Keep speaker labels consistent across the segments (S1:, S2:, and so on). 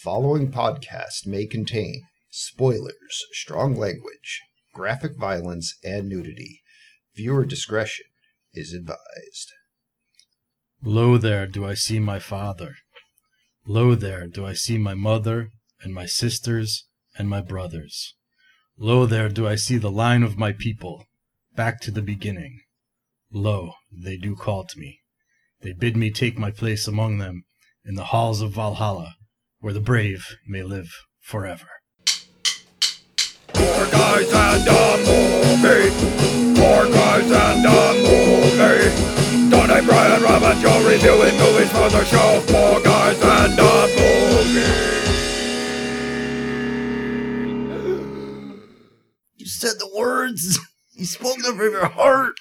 S1: following podcast may contain spoilers, strong language, graphic violence, and nudity. Viewer discretion is advised.
S2: Lo there do I see my father. Lo there do I see my mother, and my sisters, and my brothers. Lo there do I see the line of my people, back to the beginning. Lo, they do call to me. They bid me take my place among them, in the halls of Valhalla, where the brave may live forever.
S3: Four guys and a movie. Four guys and a movie. Don and Brian, Rob and Joe reviewing movies for the show. Four guys and a movie.
S1: You said the words. You spoke them from your heart.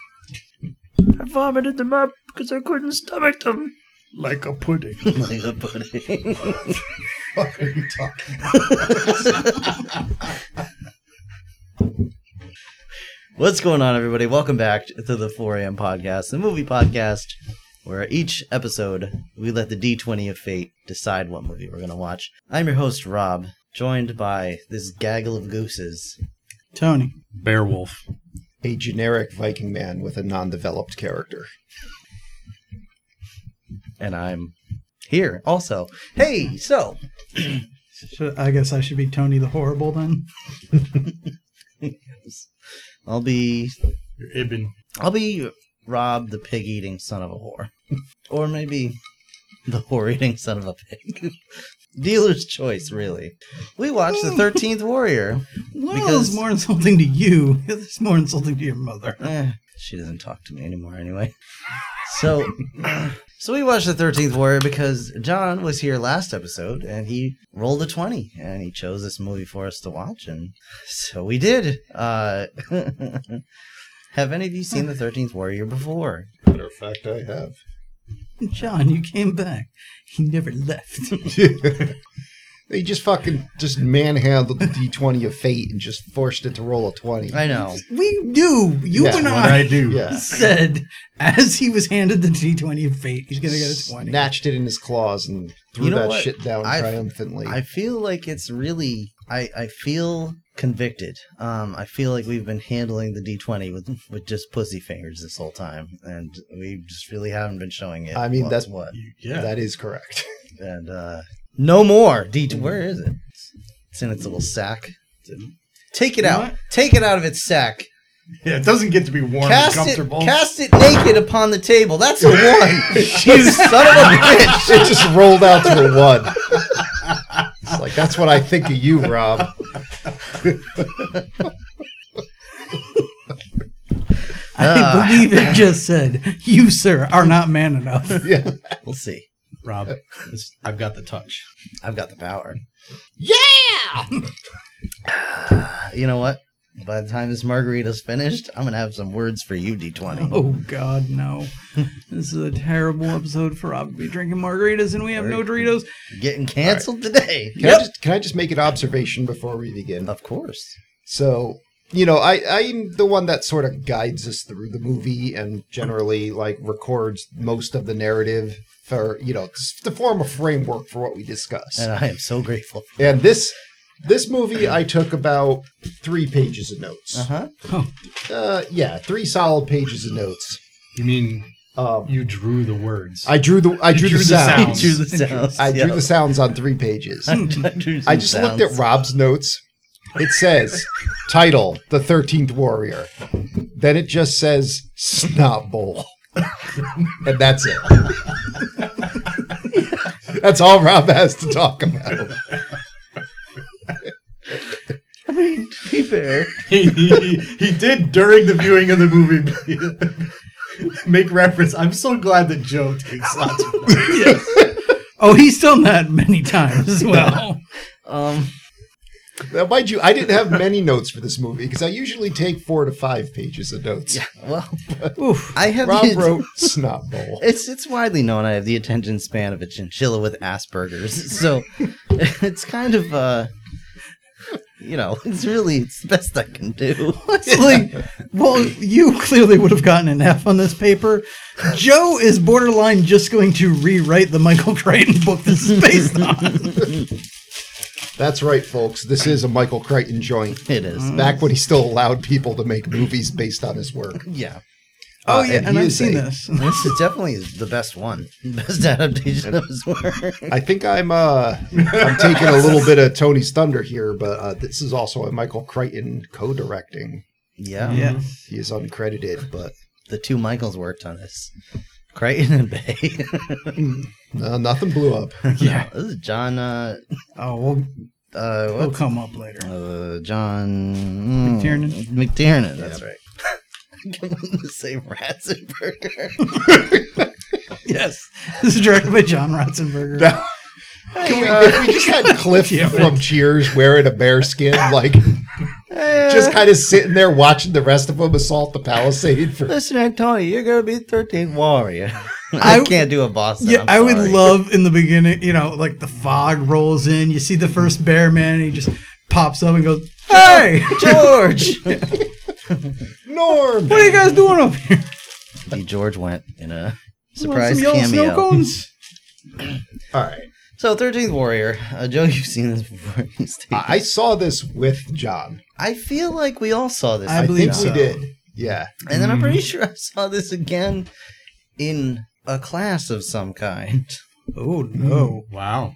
S4: I vomited them up because I couldn't stomach them.
S2: Like a pudding.
S5: like a pudding.
S1: What are you talking about?
S5: What's going on, everybody? Welcome back to the 4 a.m. podcast, the movie podcast, where each episode we let the D20 of fate decide what movie we're going to watch. I'm your host, Rob, joined by this gaggle of gooses.
S4: Tony.
S2: Beowulf.
S1: A generic Viking man with a non developed character.
S5: And I'm here also. Hey, so
S4: Should, I guess I should be Tony the Horrible then.
S5: I'll be
S2: Your Ibn.
S5: I'll be Rob, the pig eating son of a whore. or maybe the whore eating son of a pig. Dealer's choice, really. We watched The 13th Warrior.
S4: Well,
S5: Because-
S4: it's more insulting to you. It's more insulting to your mother.
S5: Eh, she doesn't talk to me anymore anyway. So, so we watched The 13th Warrior because John was here last episode and he rolled a 20 and he chose this movie for us to watch. And so we did. Uh, have any of you seen The 13th Warrior before?
S1: Matter of fact, I have.
S4: John, you came back. He never left.
S1: They just fucking just manhandled the D20 of fate and just forced it to roll a 20.
S5: I know.
S4: we knew. You
S1: Yeah,
S4: and
S2: What I
S4: I
S2: do.
S1: Yeah.
S4: said as he was handed the D20 of fate, he's going to get a 20.
S1: Snatched it in his claws and threw
S5: You know
S1: that
S5: what?
S1: shit down
S5: I've-
S1: triumphantly.
S5: I feel like it's really I I feel convicted. Um I feel like we've been handling the D20 with with just pussy fingers this whole time and we just really haven't been showing it.
S1: I mean,
S5: what-
S1: that's-
S5: what.
S2: Yeah.
S1: That is correct.
S5: And uh no more D where is it? It's in its little sack. Take it out.
S4: What?
S5: Take it out of its sack.
S2: yeah. It doesn't get to be warm
S5: Cast it cast it naked upon the table. That's a one. you son of a bitch.
S1: it just rolled out to a one. It's like that's what I think of you, Rob.
S5: Ah.
S4: I believe it just said, You, sir, are not man enough.
S1: Yeah.
S5: We'll see.
S2: Rob, this- I've got the touch.
S5: I've got the power. Yeah! you know what? By the time this margarita's finished, I'm gonna have some words for you, D20.
S4: Oh, God, no. this is a terrible episode for Rob to be drinking margaritas and we have no Doritos.
S5: Getting canceled today.
S1: Can, I just, can I just make an observation before we begin?
S5: Of course.
S1: So, you know, I, I'm the one that sort of guides us through the movie and generally like records most of the narrative for, you know, to form a framework for what we discuss.
S5: And I am so grateful.
S1: And this this movie I took about three pages of notes.
S5: Uh-huh.
S1: Uh, yeah, three solid pages of notes.
S2: You mean
S1: Um,
S2: you drew the words?
S1: I drew the I drew,
S2: drew
S1: the,
S2: the
S1: sounds.
S2: sounds.
S5: the sounds.
S1: I drew the sounds on three pages. I just looked at Rob's notes. It says title The 13th Warrior. Then it just says Snot Bowl. and that's it. that's all Rob has to talk about.
S5: I mean, to be fair.
S2: he, he, he did during the viewing of the movie make reference. I'm so glad that Joe takes lots of
S4: Oh, he's done that many times as well.
S5: Um
S1: Now, mind you, I didn't have many notes for this movie because I usually take four to five pages of notes.
S5: well
S4: Oof.
S5: I have
S1: Rob
S5: the-
S1: wrote Snot Bowl.
S5: It's it's widely known I have the attention span of a chinchilla with Asperger's, so it's kind of uh, you know, it's really it's the best I can do.
S4: It's like, well, you clearly would have gotten an F on this paper. Joe is borderline just going to rewrite the Michael Crichton book this is based on.
S1: That's right, folks. This is a Michael Crichton joint.
S5: It is.
S1: Back when he still allowed people to make movies based on his work.
S5: Yeah.
S4: Oh
S1: Uh,
S4: yeah, and,
S1: he
S4: I've
S1: is
S4: seen
S1: a-
S4: this.
S5: This is definitely the best one. Best adaptation of his work.
S1: I think I'm uh I'm taking a little bit of Tony's thunder here, but uh, this is also a Michael Crichton co-directing.
S5: Yeah.
S4: Yeah.
S1: He is uncredited, but
S5: The two Michaels worked on this. Crichton and Bay.
S1: uh, nothing blew up.
S4: Yeah.
S5: this is John uh
S4: Oh, we'll
S5: uh
S4: we'll
S5: what's-
S4: come up later.
S5: uh John mm,
S4: McTiernan?
S5: McTiernan, that's right. Give him the same Ratzenberger.
S4: Yes. This is directed by John Ratzenberger.
S1: Now, can we, if uh, we just had Cliff from Cheers wearing a bear skin, like just kind of sitting there watching the rest of them assault the Palisade for
S5: Listen, Antonio, you're gonna be 13th warrior.
S4: I
S5: I,
S4: w-
S5: can't do a Boston.
S4: Yeah,
S5: I'm
S4: I would
S5: sorry.
S4: love in the beginning, you know, like the fog rolls in, you see the first bear man, and he just pops up and goes, Hey,
S5: George.
S1: Norm.
S4: what are you guys doing up here?
S5: D. George went in a
S4: You
S5: surprise
S4: want some yellow snow
S5: cameo.
S4: cones?
S1: All right,
S5: So, 13th Warrior, uh, Joe, you've seen this before. You stated-
S1: I I saw this with John.
S5: I feel like we all saw this,
S4: I
S1: I, think
S4: believe so.
S1: we did. Yeah,
S5: and then I'm pretty sure I saw this again in a class of some kind.
S4: Oh, no.
S2: Wow.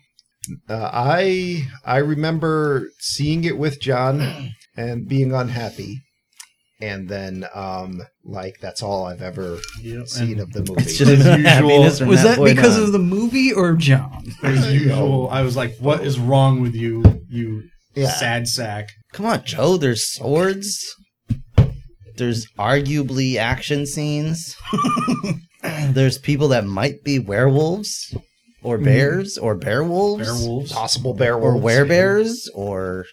S1: uh, I I remember seeing it with John and being unhappy, and then um like that's all I've ever seen of the movie.
S5: It's just happiness from
S4: Was that
S5: point
S4: because
S5: on.
S4: of the movie or John?
S2: As usual, I was like, "What is wrong with you, you
S1: Yeah.
S2: sad sack?"
S5: Come on, Joe. There's swords. There's arguably action scenes. there's people that might be werewolves, or bears, or bear wolves,
S2: Werewolves.
S1: possible bear
S5: or
S1: wolves.
S5: werebears, or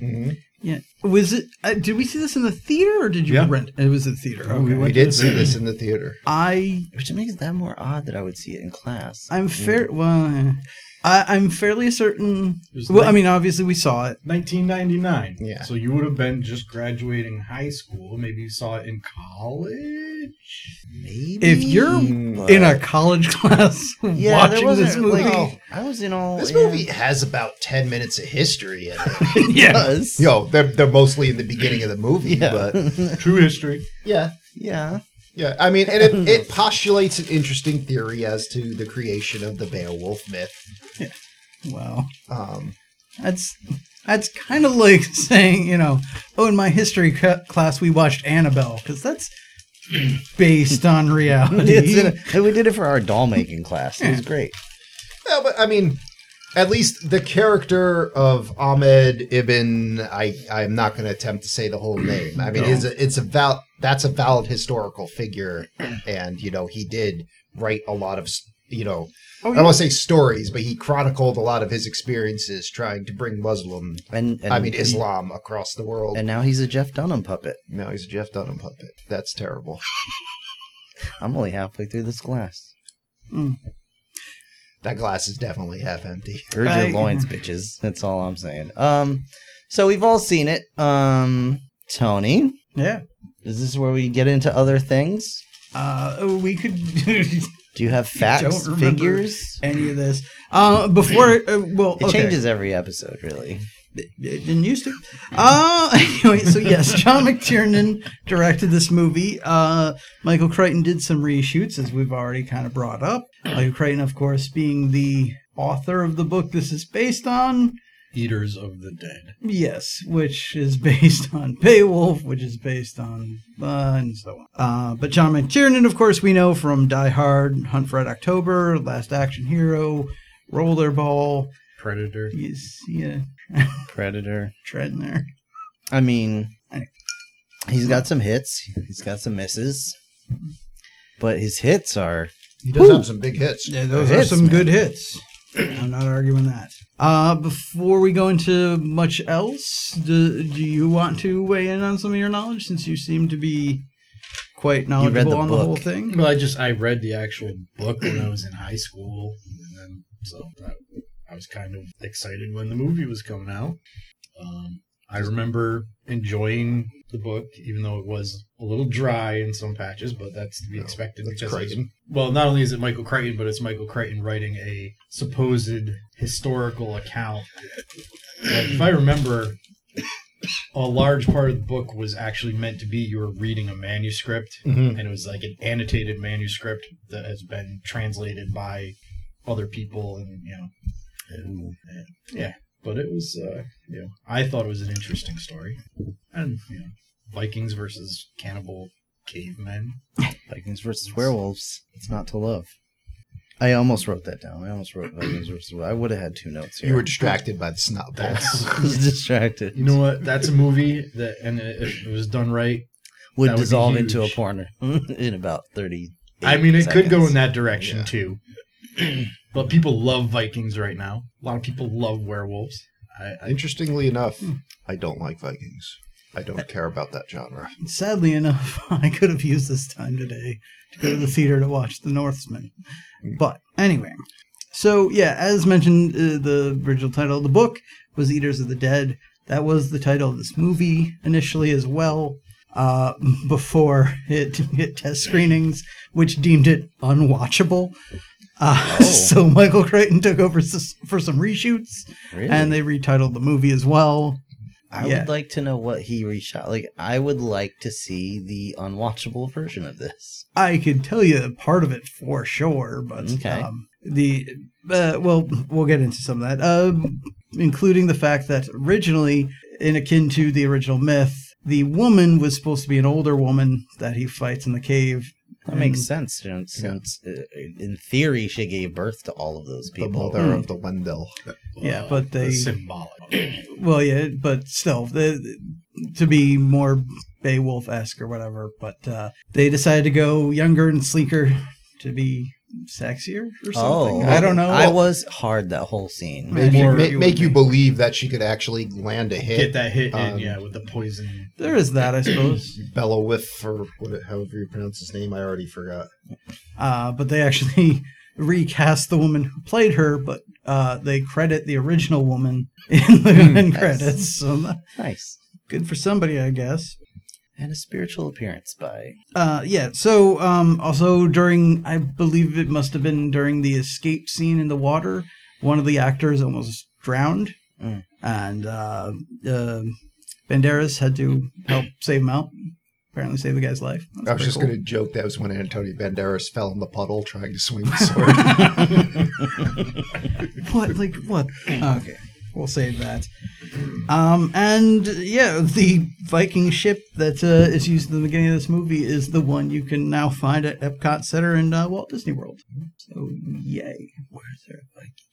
S1: Mhm.
S4: Yeah. Was it? Uh, did we see this in the theater or did you
S2: Yeah.
S4: rent? It was in the theater.
S2: Oh, we
S4: Okay.
S1: We
S2: went-
S1: did see this in the theater.
S4: I
S5: which makes that more odd that I would see it in class. Hmm.
S4: I'm fair. Well, I, I'm fairly certain.
S2: There's
S4: Well,
S2: like-
S4: I mean, obviously we saw it.
S2: 1999.
S1: Yeah.
S2: So you would have been just graduating high school. Maybe you saw it in college.
S5: Maybe
S4: If you're in a college class
S5: yeah, there
S4: watching
S5: wasn't
S4: this movie,
S5: like oh, I was in all
S1: This
S5: in-
S1: movie has about ten minutes of history in it.
S4: yeah,
S5: Us.
S1: Yo, they're they're mostly in the beginning of the movie,
S5: Yeah.
S1: but
S2: True history.
S1: yeah,
S5: yeah.
S1: yeah. I mean, and it, it postulates an interesting theory as to the creation of the Beowulf myth.
S4: wow,
S1: Um,
S4: that's that's kind of like saying you know, oh, in my history ca- class we watched Annabelle because that's based on
S5: It's
S4: reality.
S5: in a- we did it for our doll making class. It was great.
S1: yeah, but I mean, at least the character of Ahmed Ibn, I I'm not going to attempt to say the whole name. I mean, it's a, it's a val- that's a valid historical figure, and you know he did write a lot of s- you know. I don't want to say stories, but he chronicled a lot of his experiences trying to bring Muslim
S5: And, and
S1: I mean Islam across the world.
S5: And now he's a Jeff Dunham puppet.
S1: now he's a Jeff Dunham puppet. That's terrible.
S5: I'm only halfway through this glass.
S1: That glass is definitely half empty.
S5: Gird
S4: I-
S5: your loins, bitches. That's all I'm saying. Um, so we've all seen it. Um, Tony,
S4: yeah,
S5: is this where we get into other things?
S4: uh, we could.
S5: Do you have
S4: don't
S5: facts,
S4: remember
S5: figures?
S4: Any of this uh, before? Uh, well,
S5: It
S4: okay.
S5: changes every episode, really.
S4: It didn't used to. Uh, anyway, so yes, John McTiernan directed this movie. Uh, Michael Crichton did some reshoots, as we've already kind of brought up. Michael Crichton, of course, being the author of the book this is based on.
S2: Eaters of the Dead.
S4: Yes, which is based on Beowulf, which is based on uh, and so on. Uh, but John McTiernan, of course, we know from Die Hard, Hunt for Red October, Last Action Hero, Rollerball.
S2: Predator.
S4: You see a
S5: Predator.
S4: tread in there.
S5: I mean, he's got some hits. He's got some misses. But his hits are
S1: He does have some big hits.
S4: Yeah, those
S5: hits,
S4: are some
S5: man.
S4: good hits. I'm not arguing that. Uh, before we go into much else, do, do you want to weigh in on some of your knowledge since you seem to be quite
S5: read the
S4: knowledgeable on the whole
S5: book.
S4: thing?
S2: Well, I just I read the actual book when I was in high school, and then so I, I was kind of excited when the movie was coming out. Um, I remember enjoying the book, even though it was a little dry in some patches, but that's to be expected
S1: Oh, that's
S2: because
S1: Crichton.
S2: it's- well, not only is it Michael Crichton, but it's Michael Crichton writing a supposed historical account. Like, if I remember, a large part of the book was actually meant to be you were reading a manuscript, and it was like an annotated manuscript that has been translated by other people, and you know, yeah, but it was, uh, you know, I thought it was an interesting story, and you know, Vikings versus cannibal cavemen.
S5: Vikings versus werewolves. It's not to love. I almost wrote that down. I almost wrote Vikings versus werewolves. I would have had two notes here.
S1: You were distracted by the snot ball.
S2: That's
S5: I was distracted.
S2: you know what? That's a movie that, and it, if it was done right.
S5: would
S2: that would be
S5: dissolve into a
S2: huge.
S5: porno in about 30.
S2: I mean, it could go in that direction
S1: Yeah.
S2: too. but people love Vikings right now. A lot of people love werewolves. I, I
S1: Interestingly enough,
S4: Hmm.
S1: I don't like Vikings. I
S4: Uh,
S1: don't care about that genre.
S4: Sadly enough, I could have used this time today to go to the theater to watch The Northman. But anyway, so yeah, as mentioned, uh, the original title of the book was Eaters of the Dead. That was the title of this movie initially as well, uh, before it hit test screenings, which deemed it unwatchable. Uh, So Michael Crichton took over s- for some reshoots,
S5: Really?
S4: and they retitled the movie as well.
S5: I
S4: yeah.
S5: would like to know what he reshot. Like, I would like to see the unwatchable version of this.
S4: I could tell you part of it for sure, but
S5: Okay.
S4: um, the uh, well, we'll get into some of that, um, including the fact that originally, in akin to the original myth, the woman was supposed to be an older woman that he fights in the cave.
S5: That
S4: And-
S2: Hmm.
S5: makes sense, you know, since uh, in theory she gave birth to all of those
S1: The
S5: people.
S1: mother
S4: Hmm.
S1: of the Wendell.
S4: Yeah, but they-
S2: that's symbolic.
S4: Well, yeah, but still, the, to be more Beowulf esque or whatever, but uh, they decided to go younger and sleeker to be sexier or something. I don't know.
S5: Oh, I was hard that whole scene.
S1: Make,
S4: Imagine
S1: you,
S4: if
S1: make,
S4: you
S1: make
S4: would
S1: you
S4: make-
S1: believe that she could actually land a
S2: Get
S1: hit,
S2: that hit in,
S1: Um,
S2: yeah, with the poison.
S4: there is that, I suppose.
S1: Bella Whiff, or what, however you pronounce his name, I already forgot.
S4: uh, but they actually recast the woman who played her, but uh, they credit the original woman in the
S1: Hmm.
S4: end
S5: nice.
S4: credits. So tha-
S5: Nice.
S4: good for somebody, I guess.
S5: And a spiritual appearance by
S4: Uh, yeah. So um, also during, I believe it must have been during the escape scene in the water, one of the actors almost drowned,
S1: Hmm.
S5: Mm.
S4: and uh, uh, Banderas had to help save him out. Apparently, save the guy's life. That's
S1: I was
S4: pretty
S1: just
S4: cool.
S1: going to joke that was when Antonio Banderas fell in the puddle trying to swing the sword.
S4: What? Like what? Okay, we'll save that. Um, and yeah, the Viking ship that uh, is used in the beginning of this movie is the one you can now find at Epcot Center in uh, Walt Disney World. So yay! Where's there?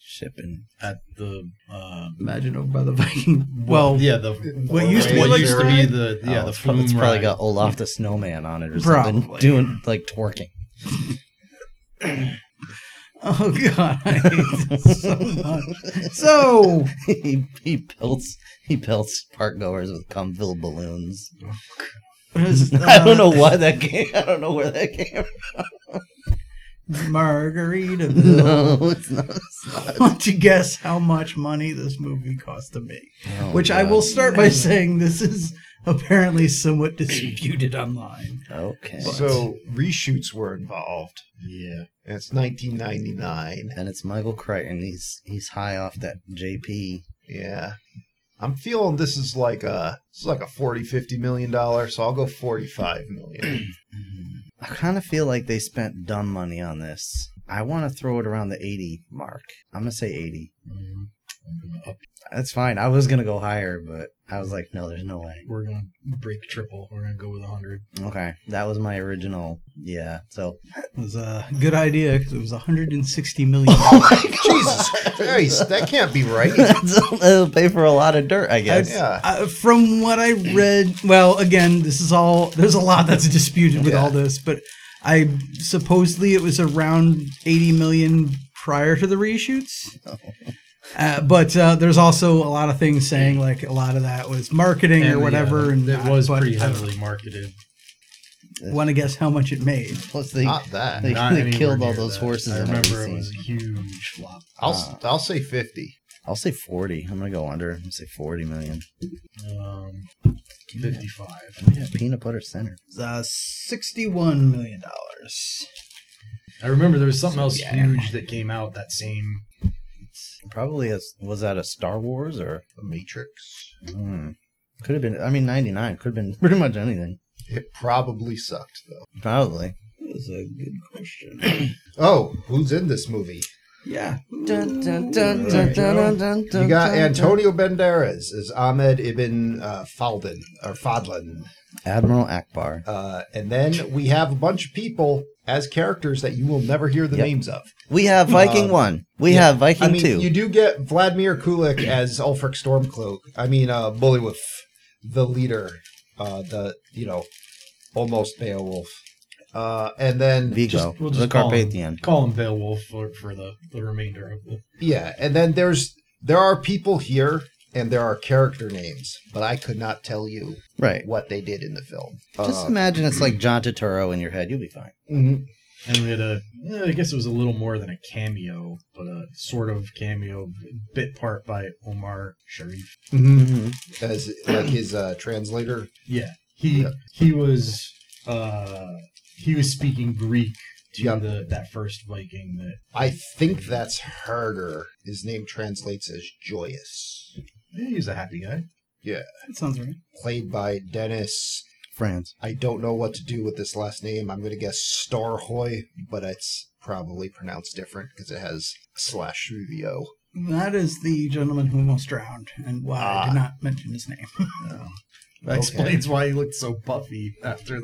S5: shipping.
S2: At the uh,
S4: Imagine over by the Viking. Well,
S2: yeah, the
S4: What used to be
S2: what
S4: like
S2: used to be
S4: Sarah?
S2: the yeah
S5: Oh,
S2: the
S5: it's prob- it's
S2: flume
S5: probably
S2: ride.
S5: got Olaf the Snowman on it or something,
S4: Probably.
S5: doing like twerking.
S4: Oh god, I hate this so much. So
S5: he he pelts he pelts park goers with cum-filled balloons.
S4: there's,
S5: I
S4: uh,
S5: don't know why that came. I don't know where that came. From.
S4: Margaritaville.
S5: No, it's not. It's not.
S4: Want to guess how much money this movie cost to make?
S5: Oh,
S4: Which I
S5: God.
S4: will start by saying this is apparently somewhat disputed online.
S5: Okay.
S1: so reshoots were involved.
S2: yeah.
S1: And it's 1999.
S5: and it's Michael Crichton. He's he's high off that JP.
S1: Yeah. I'm feeling this is like a this is like a 40 50 million dollar, so I'll go 45 million.
S5: I kind of feel like they spent dumb money on this. I want to throw it around the 80 mark. I'm going to say 80.
S2: Mhm. I'm gonna up-
S5: That's fine. I was going to go higher, but I was like, no, there's no way.
S2: We're gonna break triple. We're gonna go with hundred.
S5: Okay. That was my original. Yeah. So.
S4: It was a good idea because it was 160 million.
S1: Jesus Christ, that can't be right.
S5: That's- That'll pay for a lot of dirt, I guess.
S1: Yeah.
S4: Uh, from what I read, well, again, this is all. There's a lot that's disputed with all this, but I supposedly it was around 80 million prior to the reshoots. Uh, but uh, there's also a lot of things saying like a lot of that was marketing or whatever, and
S2: it was pretty
S4: heavily.
S2: heavily marketed.
S4: Want to guess how much it made?
S5: Plus, they,
S1: Not that.
S5: they,
S2: Not
S5: they
S2: anywhere
S5: killed all
S2: near
S5: those
S2: that.
S5: horses.
S2: I
S5: in
S2: remember
S5: every
S2: it was
S5: scene.
S2: a huge flop.
S1: I'll I'll say 50.
S5: I'll say 40. I'm going to go under and say 40 million.
S2: Um,
S5: Give me that-
S2: 55.
S5: give me that peanut butter center.
S4: It's, uh, sixty-one million dollars.
S2: I remember there was something else
S4: Yeah.
S2: huge that came out that same.
S5: Probably a, was that a Star Wars or
S1: The Matrix.
S5: hmm, could have been. I mean, 99 could have been pretty much anything.
S1: It probably sucked though.
S5: Probably.
S4: That is a good question.
S1: Oh, who's in this movie?
S4: yeah.
S5: Dun, dun, dun, dun, dun, dun, dun,
S1: You got
S5: dun, dun.
S1: Antonio Banderas as Ahmed ibn uh, Falden or Fadlan,
S5: Admiral Akbar.
S1: uh, and then we have a bunch of people as characters that you will never hear the
S5: Yep.
S1: names of.
S5: We have Viking
S1: Um,
S5: 1. We
S1: yeah.
S5: have Viking
S1: I mean,
S5: 2.
S1: you do get Vladimir Kulik as Ulfric Stormcloak. I mean, uh, Bullywif, the leader, uh, the you know, almost Beowulf, uh, and then
S5: Vigo.
S2: Just- we'll
S5: the
S2: just call him.
S5: Carpathian.
S2: Call him Beowulf for, for the, the remainder of the.
S1: Yeah, and then there's there are people here and there are character names, but I could not tell you
S5: Right.
S1: what they did in the film.
S5: Just
S1: Uh,
S5: imagine it's like John Turturro in your head. You'll be fine.
S1: mhm.
S2: And we had a, eh, I guess it was a little more than a cameo, but a sort of cameo bit part by Omar Sharif.
S1: as like his uh, translator.
S2: Yeah, he
S1: Yeah.
S2: he was uh he was speaking Greek to
S1: Yeah.
S2: the that first Viking that
S1: I think that's harder. His name translates as joyous.
S2: eh, he was a happy guy.
S4: That sounds right.
S1: Played by Dennis.
S5: France.
S1: I don't know what to do with this last name. I'm going to guess Starhoy, but it's probably pronounced different because it has slash through the O.
S4: That is the gentleman who almost drowned, and why I
S1: Ah.
S4: did not mention his name.
S1: Okay.
S2: That explains why he looked so puffy after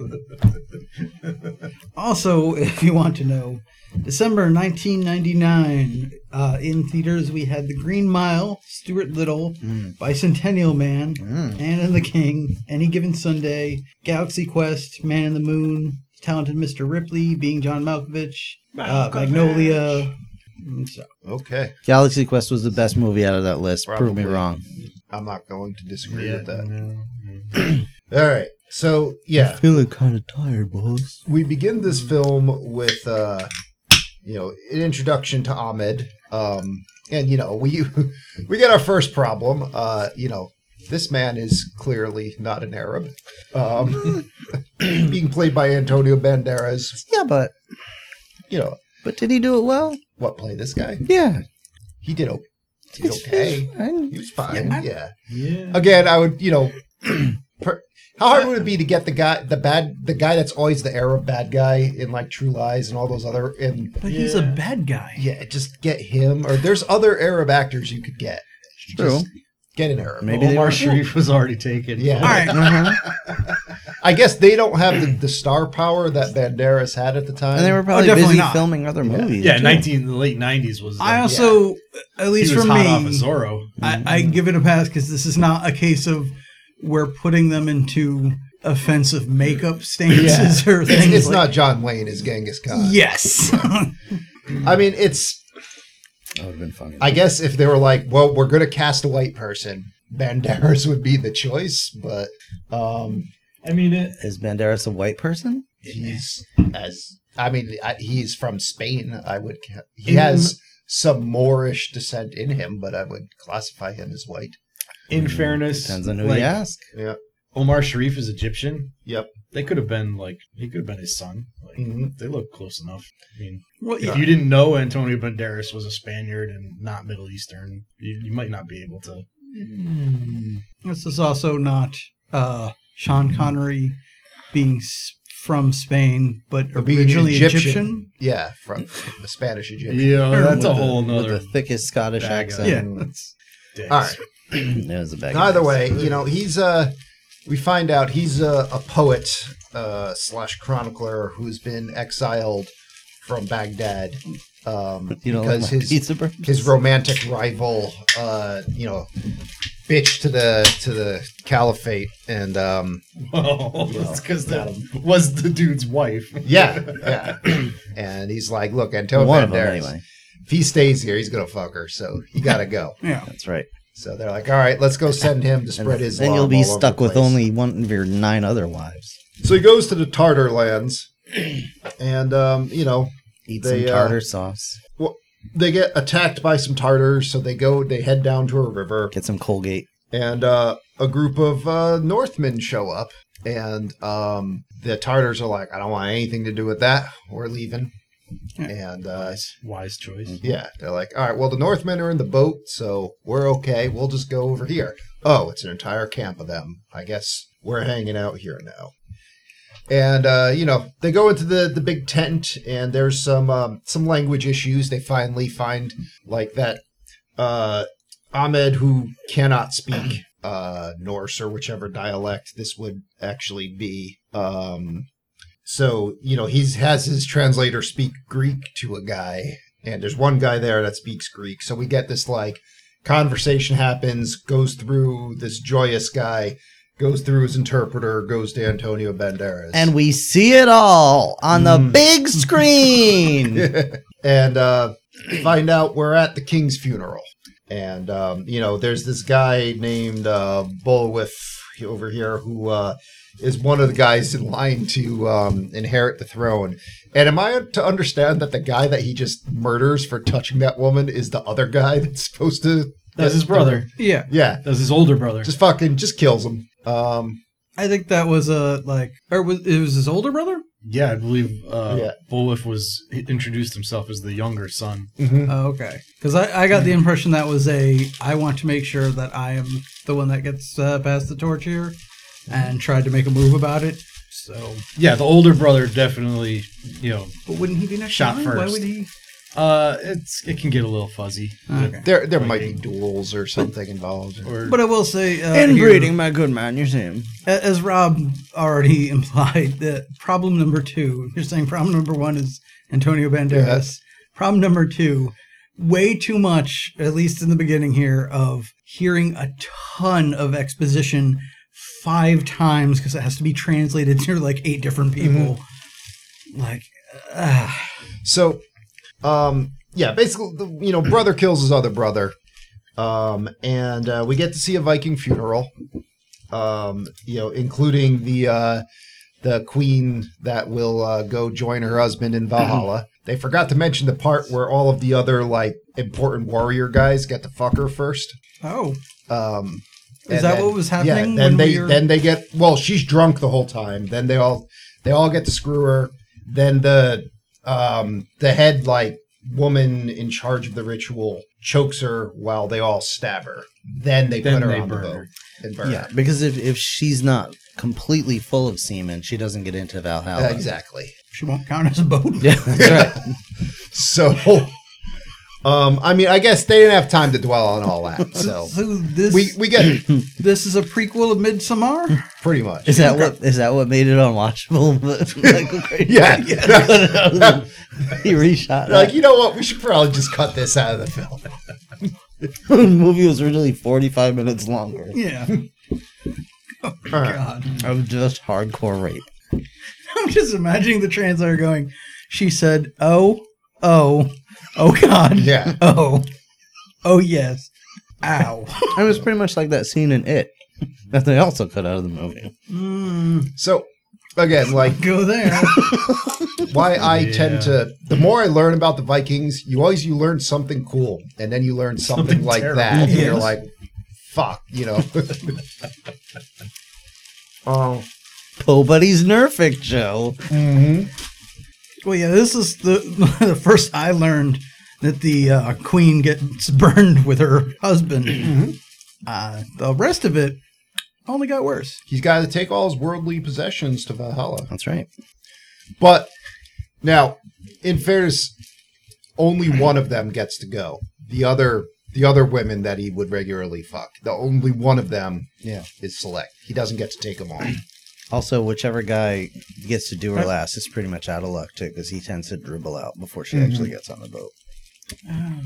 S2: the.
S4: Also, if you want to know, December 1999, uh, in theaters we had The Green Mile, Stuart Little,
S5: Mm.
S4: Bicentennial Man,
S5: Mm.
S4: Anne and the King, Any Given Sunday, Galaxy Quest, Man in the Moon, Talented Mr. Ripley, Being John Malkovich, uh, Magnolia. Mm, So,
S1: Okay.
S5: Galaxy Quest was the best movie out of that list. Prove me
S1: Probably.
S5: wrong.
S1: I'm not going to disagree
S2: Yeah,
S1: with that.
S2: no, no.
S1: All right. So, yeah.
S5: Feeling kind of tired, boss.
S1: we begin this film with uh you know an introduction to ahmed um and you know we we get our first problem uh you know this man is clearly not an arab um being played by antonio banderas
S5: Yeah, but
S1: you know
S5: but did he do it well?
S1: what play this guy
S5: Yeah.
S1: he did o- he did okay he was fine
S5: Yeah.
S1: yeah
S2: Yeah.
S1: again i would you know per- how hard would it be to get the guy the bad the guy that's always the arab bad guy in like true lies and all those other and
S4: but he's a
S2: Yeah.
S4: bad guy.
S1: Yeah, just get him. Or there's other Arab actors you could get.
S5: True.
S1: Just get an Arab.
S5: Maybe they
S2: Omar
S5: were-
S2: Sharif was already taken.
S1: Yeah.
S4: All right.
S5: Uh-huh.
S1: I guess they don't have the, the star power that Banderas had at the time.
S5: And they were probably
S4: definitely
S5: busy
S4: not.
S5: filming other movies.
S2: Yeah,
S5: too.
S2: nineteen the late nineties was.
S4: I
S2: like-
S4: also,
S2: he
S4: at least
S2: was
S4: for
S2: hot
S4: me,
S2: off of Zorro.
S4: I, I give it a pass because this is not a case of we're putting them into offensive makeup stances or
S1: It's,
S4: things
S1: it's
S4: like
S1: not John Wayne as Genghis Khan.
S4: Yes.
S1: I mean, it's.
S5: That would have been funny.
S1: I guess if they were like, well, we're going to cast a white person, Banderas would be the choice, but um,
S2: I mean, it,
S5: Is Banderas a white person?
S1: he's as. I mean, I, he's from Spain. I would. ca- He
S2: In-
S1: has some Moorish descent in him, but I would classify him as white.
S2: in
S5: Mm,
S2: fairness,
S5: Depends on who
S2: like,
S5: you ask.
S1: Yeah.
S2: Omar Sharif is Egyptian.
S1: Yep.
S2: They could have been like he could have been his son. Like
S1: Mhm.
S2: they look close enough. I mean,
S4: well,
S2: if you didn't know Antonio Banderas was a Spaniard and not Middle Eastern, you, you might not be able to.
S4: This is also not uh, Sean Connery being s- from Spain, but
S1: being
S4: originally Egyptian.
S1: Yeah, from the Spanish Egyptian.
S2: Yeah, that's
S5: With
S2: a
S5: the-
S2: whole
S5: With
S2: nother.
S5: the thickest Scottish
S2: bag of-
S5: accent.
S4: Yeah.
S1: that's-
S2: dick.
S1: All right.
S5: it was a bag. of
S1: Either
S5: dicks.
S1: way, you know, he's uh we find out he's a, a poet uh, slash chronicler who's been exiled from Baghdad um,
S5: You don't like
S1: because
S5: my
S1: his
S5: pizza burgers?
S1: his romantic rival, uh, you know, bitch to the to the caliphate, and um,
S2: Well, because that was the dude's wife.
S1: yeah, yeah, and he's like, look, Antonio
S5: One of them,
S1: Banderas,
S5: anyway.
S1: if he stays here, he's gonna fuck her, so you gotta go.
S4: Yeah.
S5: That's right.
S1: So they're like, all right, let's go send him to
S5: And
S1: spread his.
S5: then
S1: love
S5: you'll be
S1: all over
S5: stuck
S1: the
S5: with
S1: place.
S5: only one of your nine other wives.
S1: So he goes to the Tartar lands, and um, you know,
S5: Eat
S1: They,
S5: some
S1: uh,
S5: tartar sauce.
S1: they get attacked by some Tartars, so they go, they head down to a river,
S5: Get some Colgate.
S1: and uh, a group of uh, Northmen show up, and um, the Tartars are like, "I don't want anything to do with that. We're leaving."
S4: Yeah.
S1: And uh,
S2: Wise Mm-hmm. choice.
S1: yeah, they're like, "All right, well, the Northmen are in the boat, so we're okay. We'll just go over here." Oh, it's an entire camp of them. I guess we're hanging out here now. And uh, you know, they go into the the big tent, and there's some um, some language issues. They finally find like that uh, Ahmed who cannot speak uh, Norse or whichever dialect this would actually be. Um, so you know he's has his translator speak Greek to a guy, and there's one guy there that speaks Greek. So we get this like conversation happens, goes through this joyous guy, goes through his interpreter, goes to Antonio Banderas,
S5: And we see it all on the
S2: Mm.
S5: big screen.
S1: and uh, find out we're at the king's funeral. And um, you know, there's this guy named uh, Bulwith over here who uh, is one of the guys in line to um, inherit the throne. And am I to understand that the guy that he just murders for touching that woman is the other guy that's supposed to?
S2: That's his brother.
S4: Yeah,
S1: Yeah,
S2: That's his older brother.
S1: just fucking just kills him. Um,
S4: I think that was a like, or was it was his older brother?
S2: yeah, I believe uh,
S1: Yeah.
S2: Bulwiff was he introduced himself as the younger son.
S4: Oh, okay, because I, I got the impression that was a I want to make sure that I am the one that gets uh, past the torch here, and tried to make a move about it. So,
S2: Yeah, the older brother definitely, you know,
S4: but wouldn't he be next?
S2: Shot
S4: in line? Why
S2: first.
S4: would he?
S2: uh, it's it can get a little fuzzy.
S4: Okay.
S1: there there might be duels or something involved.
S2: Or
S4: But I will say, uh, here-
S5: Inbreeding, my good man, you see him.
S4: A- as Rob already implied, that problem number two, you're saying problem number one is Antonio Banderas. Problem number two, way too much, at least in the beginning here, of hearing a ton of exposition five times because it has to be translated to like eight different
S1: Mm-hmm.
S4: people. Like, ah,
S1: So, um, yeah, basically, the, you know, brother kills his other brother, um, and uh, we get to see a Viking funeral, um, you know, including the uh, the queen that will uh, go join her husband in Valhalla. They forgot to mention the part where all of the other like important warrior guys get to fuck her first.
S4: oh,
S1: Um, and
S4: Is that what was happening
S1: Yeah, then
S4: when
S1: they
S4: we were-
S1: then they get well. She's drunk the whole time. Then they all they all get to screw her. Then the um, the head like woman in charge of the ritual chokes her while they all stab her. Then they
S2: Then
S1: put her
S2: they
S1: on
S2: burn
S1: the boat
S2: her.
S1: and burn
S5: Yeah,
S1: her.
S5: because if, if she's not completely full of semen, she doesn't get into Valhalla.
S1: Uh, exactly.
S4: she won't count as a boat.
S5: Yeah, that's right.
S1: So, um, I mean, I guess they didn't have time to dwell on all that. So
S4: So this
S1: we we get it,
S4: this is a prequel of Midsommar.
S1: pretty much.
S5: Is that what is that what made it unwatchable? Michael Crichton?
S1: Yeah.
S5: he reshot.
S1: like
S5: Like,
S1: you know what? We should probably just cut this out of the film.
S5: the movie was originally forty five minutes longer
S4: yeah.
S1: All right.
S4: God.
S5: of just hardcore rape.
S4: I'm just imagining the translator going, she said, oh, oh, oh God.
S1: Yeah.
S4: Oh, oh yes. Ow.
S5: I was pretty much like that scene in It that they also cut out of the movie.
S4: Mm,
S1: So again, like
S4: go there.
S1: why I
S2: Yeah.
S1: tend to the more I learn about the Vikings, you always you learn something cool, and then you learn something,
S2: Something
S1: like
S2: terrible.
S1: that, and you're
S4: Yes.
S1: like, fuck, you know. Oh,
S5: Poe Buddy's nerfic Joe.
S4: well, yeah, this is the, the first I learned that the uh, queen gets burned with her husband.
S1: Mm-hmm.
S4: Uh, the rest of it only got worse.
S1: he's got to take all his worldly possessions to Valhalla.
S5: That's right.
S1: But now, in fairness, only one of them gets to go. The other, the other women that he would regularly fuck, the only one of them
S5: Yeah.
S1: is select. He doesn't get to take them all.
S5: Also, whichever guy gets to do her last is pretty much out of luck too, because he tends to dribble out before she actually gets on the boat. Oh.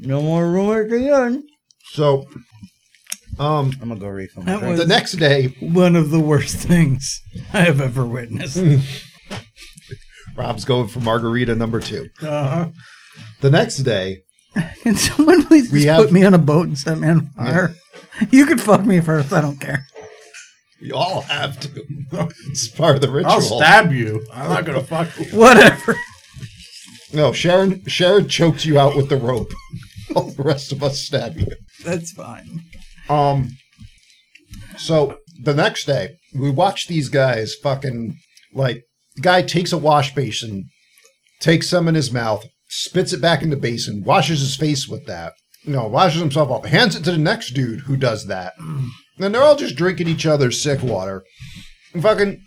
S5: No more rumor again.
S1: So, um,
S5: I'm gonna go refill
S4: That
S5: my drink.
S1: the next day,
S4: One of the worst things I have ever witnessed.
S1: Mm-hmm. Rob's going for margarita number two. Uh-huh.
S4: Uh,
S1: The next day,
S4: Can someone please
S1: We
S4: just
S1: have-
S4: put me on a boat and set me on fire? You could fuck me first. I don't care.
S1: you all have to. It's part of the ritual.
S2: I'll stab you. I'm not gonna fuck you.
S4: Whatever.
S1: No, Sharon. Sharon choked you out with the rope. All the rest of us stab you.
S4: That's fine.
S1: Um. So the next day, we watch these guys fucking like the guy takes a wash basin, takes some in his mouth, spits it back in the basin, washes his face with that. You know, washes himself off, hands it to the next dude who does that. And they're all just drinking each other's sick water. And fucking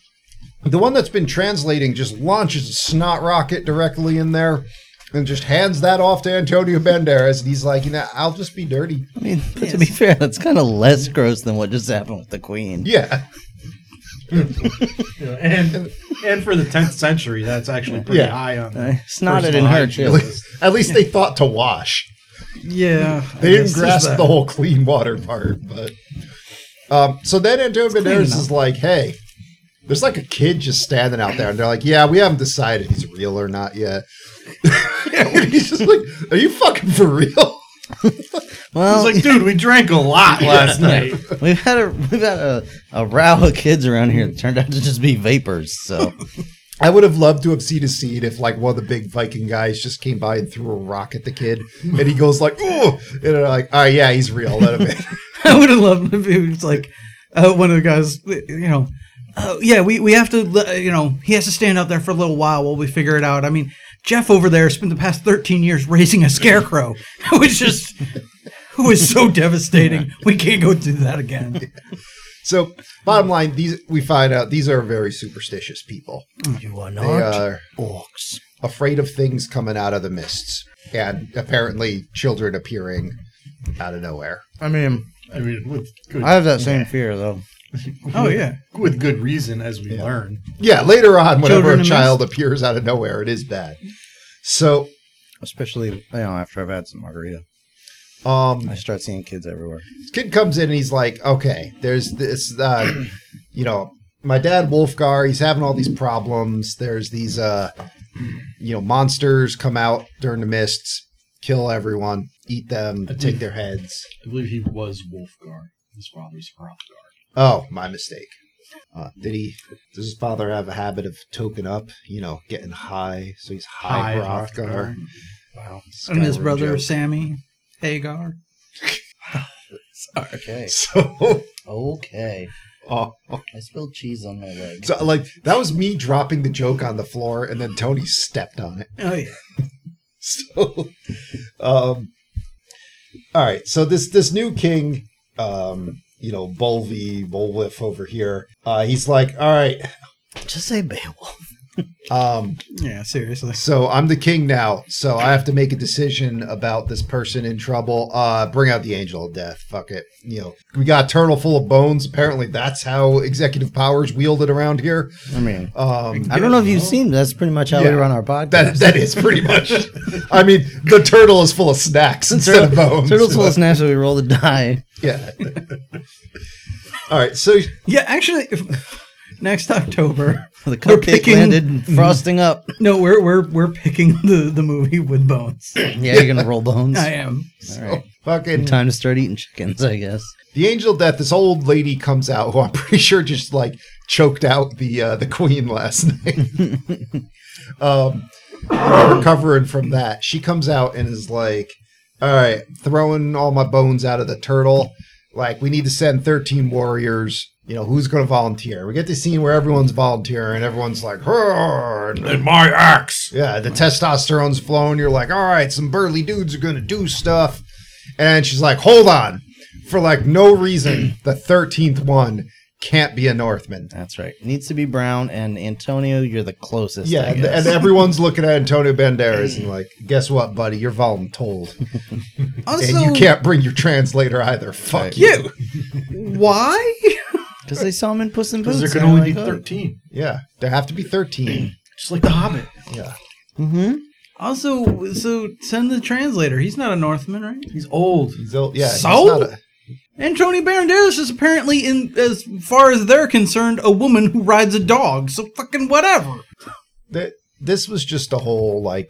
S1: the one that's been translating just launches a snot rocket directly in there and just hands that off to Antonio Banderas. And he's like, you know, I'll just be dirty.
S5: I mean, but to be fair, that's kind of less gross than what just happened with the queen.
S1: Yeah.
S2: You know, and and for the 10th century, that's actually pretty
S1: Yeah.
S2: high on
S5: I snotted
S2: personal
S5: in her
S2: hygiene
S5: too.
S2: list.
S1: At least they thought to wash.
S4: Yeah. I
S1: They didn't
S4: guess there's
S1: grasp
S4: that.
S1: the whole clean water part, but um, so then Antonio Banderas
S4: enough.
S1: is like, "Hey, there's like a kid just standing out there," and they're like, "Yeah, we haven't decided if he's real or not yet." and he's just like, "Are you fucking for real?"
S5: Well,
S2: It's like, dude, we drank a lot last night.
S5: we've had a we've had a, a row of kids around here that turned out to just be vapors. So
S1: I would have loved to have seen a scene if like one of the big Viking guys just came by and threw a rock at the kid, and he goes like, "Ooh," and they're like, "Oh yeah, he's real. Let him in."
S4: I would have loved if it was like uh, one of the guys, you know, uh, yeah, we, we have to, let- you know, he has to stand out there for a little while while we figure it out. I mean, Jeff over there spent the past 13 years raising a scarecrow. It was just, it was so devastating. We can't go through that again.
S1: so, bottom line, these we find out these are very superstitious people.
S5: you are
S1: They are orcs, afraid of things coming out of the mists, and apparently children appearing out of nowhere.
S5: I mean,
S2: I mean, with good,
S5: I have that same fear though.
S4: Oh, yeah.
S2: with good reason, as we learn.
S1: Yeah, later on, whenever
S4: Children
S1: a
S4: in
S1: child appears out of nowhere, it is bad. So,
S5: Especially you know after I've had some margarita,
S1: um,
S5: I start seeing kids everywhere.
S1: kid comes in and he's like, okay, there's this, uh, you know, my dad Wolfgar, he's having all these problems. There's these, uh, you know, monsters come out during the mists, kill everyone, eat them, take their heads.
S2: I believe he was Wolfgar. His father's Hrothgar.
S1: Oh, my mistake. Uh, did he? Does his father have a habit of toking up? You know, getting high. So he's high, Hrothgar.
S2: Wow.
S4: And his
S1: Skyward
S4: brother,
S1: joke.
S4: Sammy Hagar.
S5: Okay,
S1: So,
S5: okay.
S1: oh,
S5: I spilled cheese on my leg.
S1: so like that was me dropping the joke on the floor, and then Tony stepped on it.
S4: Oh, yeah.
S1: So, um, all right. So this this new king, um, you know, Bolvi Bolwiff over here. Uh, he's like, all right.
S5: Just say Beowulf.
S1: Um,
S4: Yeah, seriously.
S1: So I'm the king now. So I have to make a decision about this person in trouble. Uh, bring out the angel of death. Fuck it. You know, we got a turtle full of bones. Apparently, that's how executive powers wielded around here.
S5: I mean,
S1: Um,
S5: I don't know if you've seen. That's pretty much how
S1: Yeah.
S5: we run our podcast.
S1: that that is pretty much. I mean, the turtle is full of snacks instead of bones.
S5: Turtles will snap, so we roll the die.
S1: Yeah. All right. So
S4: Yeah, actually, if, next October,
S5: The
S4: We're
S5: cupcake
S4: picking-
S5: landed, frosting up.
S4: no, we're, we're, we're picking the, the movie with bones.
S5: Yeah, you're gonna roll bones.
S4: I am.
S5: All right.
S1: fucking
S5: Time to start eating chickens, I guess.
S1: the angel of death. This old lady comes out who I'm pretty sure just like choked out the uh, the queen last night. um, recovering from that, she comes out and is like, "All right, throwing all my bones out of the turtle. Like, we need to send thirteen warriors. You know, who's going to volunteer? We get the scene where everyone's volunteering. Everyone's like, "Roar," and-
S3: And my axe.
S1: yeah, the testosterone's flowing. You're like, all right, some burly dudes are going to do stuff. And she's like, hold on. For like no reason, the 13th one can't be a Northman.
S5: That's right. Needs to be brown, and Antonio, you're the closest.
S1: Yeah,
S5: I
S1: and,
S5: guess.
S1: and everyone's looking at Antonio Banderas and like, guess what, buddy? You're voluntold.
S4: Also,
S1: and you can't bring your translator either. Fuck you.
S4: why?
S5: because they saw him in Puss in Boots.
S2: Because there can
S5: and
S2: only
S5: they're
S2: be
S5: like,
S2: 13.
S1: Yeah, there have to be 13.
S2: Just like The Hobbit.
S1: Yeah.
S5: "Oh." Mhm.
S4: Also, so send the translator. He's not a Northman, right?
S2: He's old.
S1: So, yeah. he's
S4: So?
S1: not a-
S4: And Tony Banderas is apparently, in as far as they're concerned, a woman who rides a dog. So fucking whatever.
S1: that this was just a whole like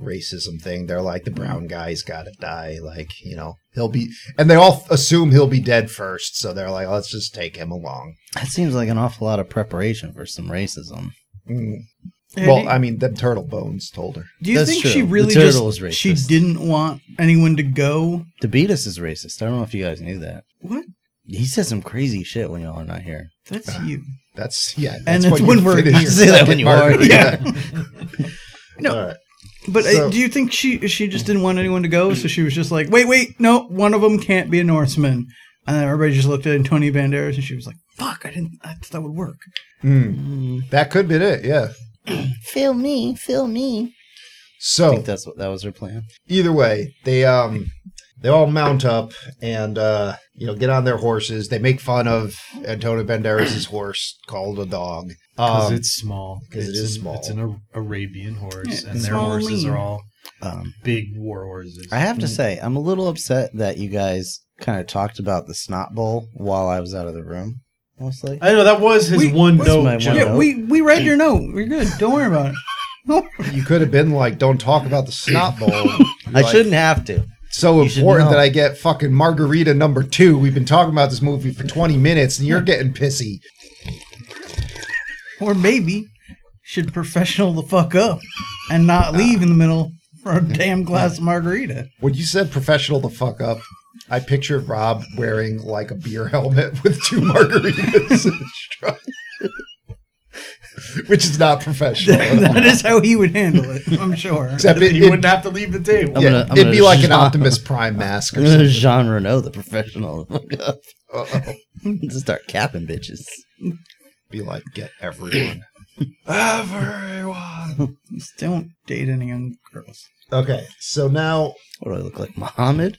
S1: racism thing. They're like the brown guy's got to die. Like you know he'll be, and they all assume he'll be dead first. So they're like, let's just take him along.
S5: That seems like an awful lot of preparation for some racism.
S1: Mm. Well,
S4: do,
S1: I mean, them turtle bones told her.
S4: do you
S5: That's
S4: think
S5: true.
S4: she
S5: The
S4: really
S5: turtle was
S4: just she
S5: racist.
S4: didn't want anyone to go?
S5: Debetus is racist. I don't know if you guys knew that.
S4: What?
S5: He says some crazy shit when y'all are not here.
S4: That's you.
S1: That's yeah.
S4: And it's when
S1: you
S4: we're
S1: finish
S4: here.
S5: Say that when you
S1: Martin.
S5: are.
S1: Yeah.
S4: No.
S1: All right.
S4: But uh,
S1: So-
S4: do you think she she just didn't want anyone to go? So she was just like, wait, wait, no, one of them can't be a Norseman. And then everybody just looked at Antonio Banderas, and she was like, "Fuck, I didn't. I thought that would work."
S1: Mm. That could be it. Yeah.
S5: Feel me, feel me. I
S1: So
S5: think that's what that was her plan.
S1: either way, they um they all mount up and uh you know get on their horses. They make fun of Antonio Banderas' horse called a dog.
S2: Because
S1: Um,
S2: it's small.
S1: 'cause it
S2: It's
S1: is
S2: an-
S1: small.
S2: It's an Ar- Arabian horse,
S4: Yeah,
S2: and their
S4: small and
S2: horses
S4: lean.
S2: are all
S5: Um,
S2: big war horses.
S5: I have to say, I'm a little upset that you guys kind of talked about the snot bowl while I was out of the room. Mostly,
S2: I know that was his
S4: We-
S2: one
S5: That's my
S2: note.
S5: one
S2: Joe.
S5: note.
S4: Yeah, we we read your note. We're good. Don't worry about it.
S1: you could have been like, "Don't talk about the snot bowl."
S5: I
S1: Like,
S5: shouldn't have to.
S1: So
S5: should
S1: important
S5: know.
S1: that I get fucking margarita number two. We've been talking about this movie for twenty minutes, and you're getting pissy.
S4: Or maybe should professional the fuck up and
S1: Ah.
S4: not leave in the middle for a damn glass of margarita.
S1: When you said professional the fuck up, I pictured Rob wearing like a beer helmet with two margaritas in his truck. Which is not professional. at all.
S4: that is how he would handle it, I'm sure.
S1: Except it,
S2: He
S1: it,
S2: wouldn't have to leave the table.
S5: I'm
S1: yeah,
S5: gonna- I'm
S1: it'd
S5: gonna
S1: be like an
S5: shut-
S1: Optimus Prime mask
S5: I'm
S1: or
S5: gonna
S1: something.
S5: Jean Renault, the professional, to
S1: Uh-oh.
S5: start capping bitches.
S1: Be like, get everyone.
S4: Just don't date any young girls.
S1: Okay, so now
S5: What do I look like, Mohammed?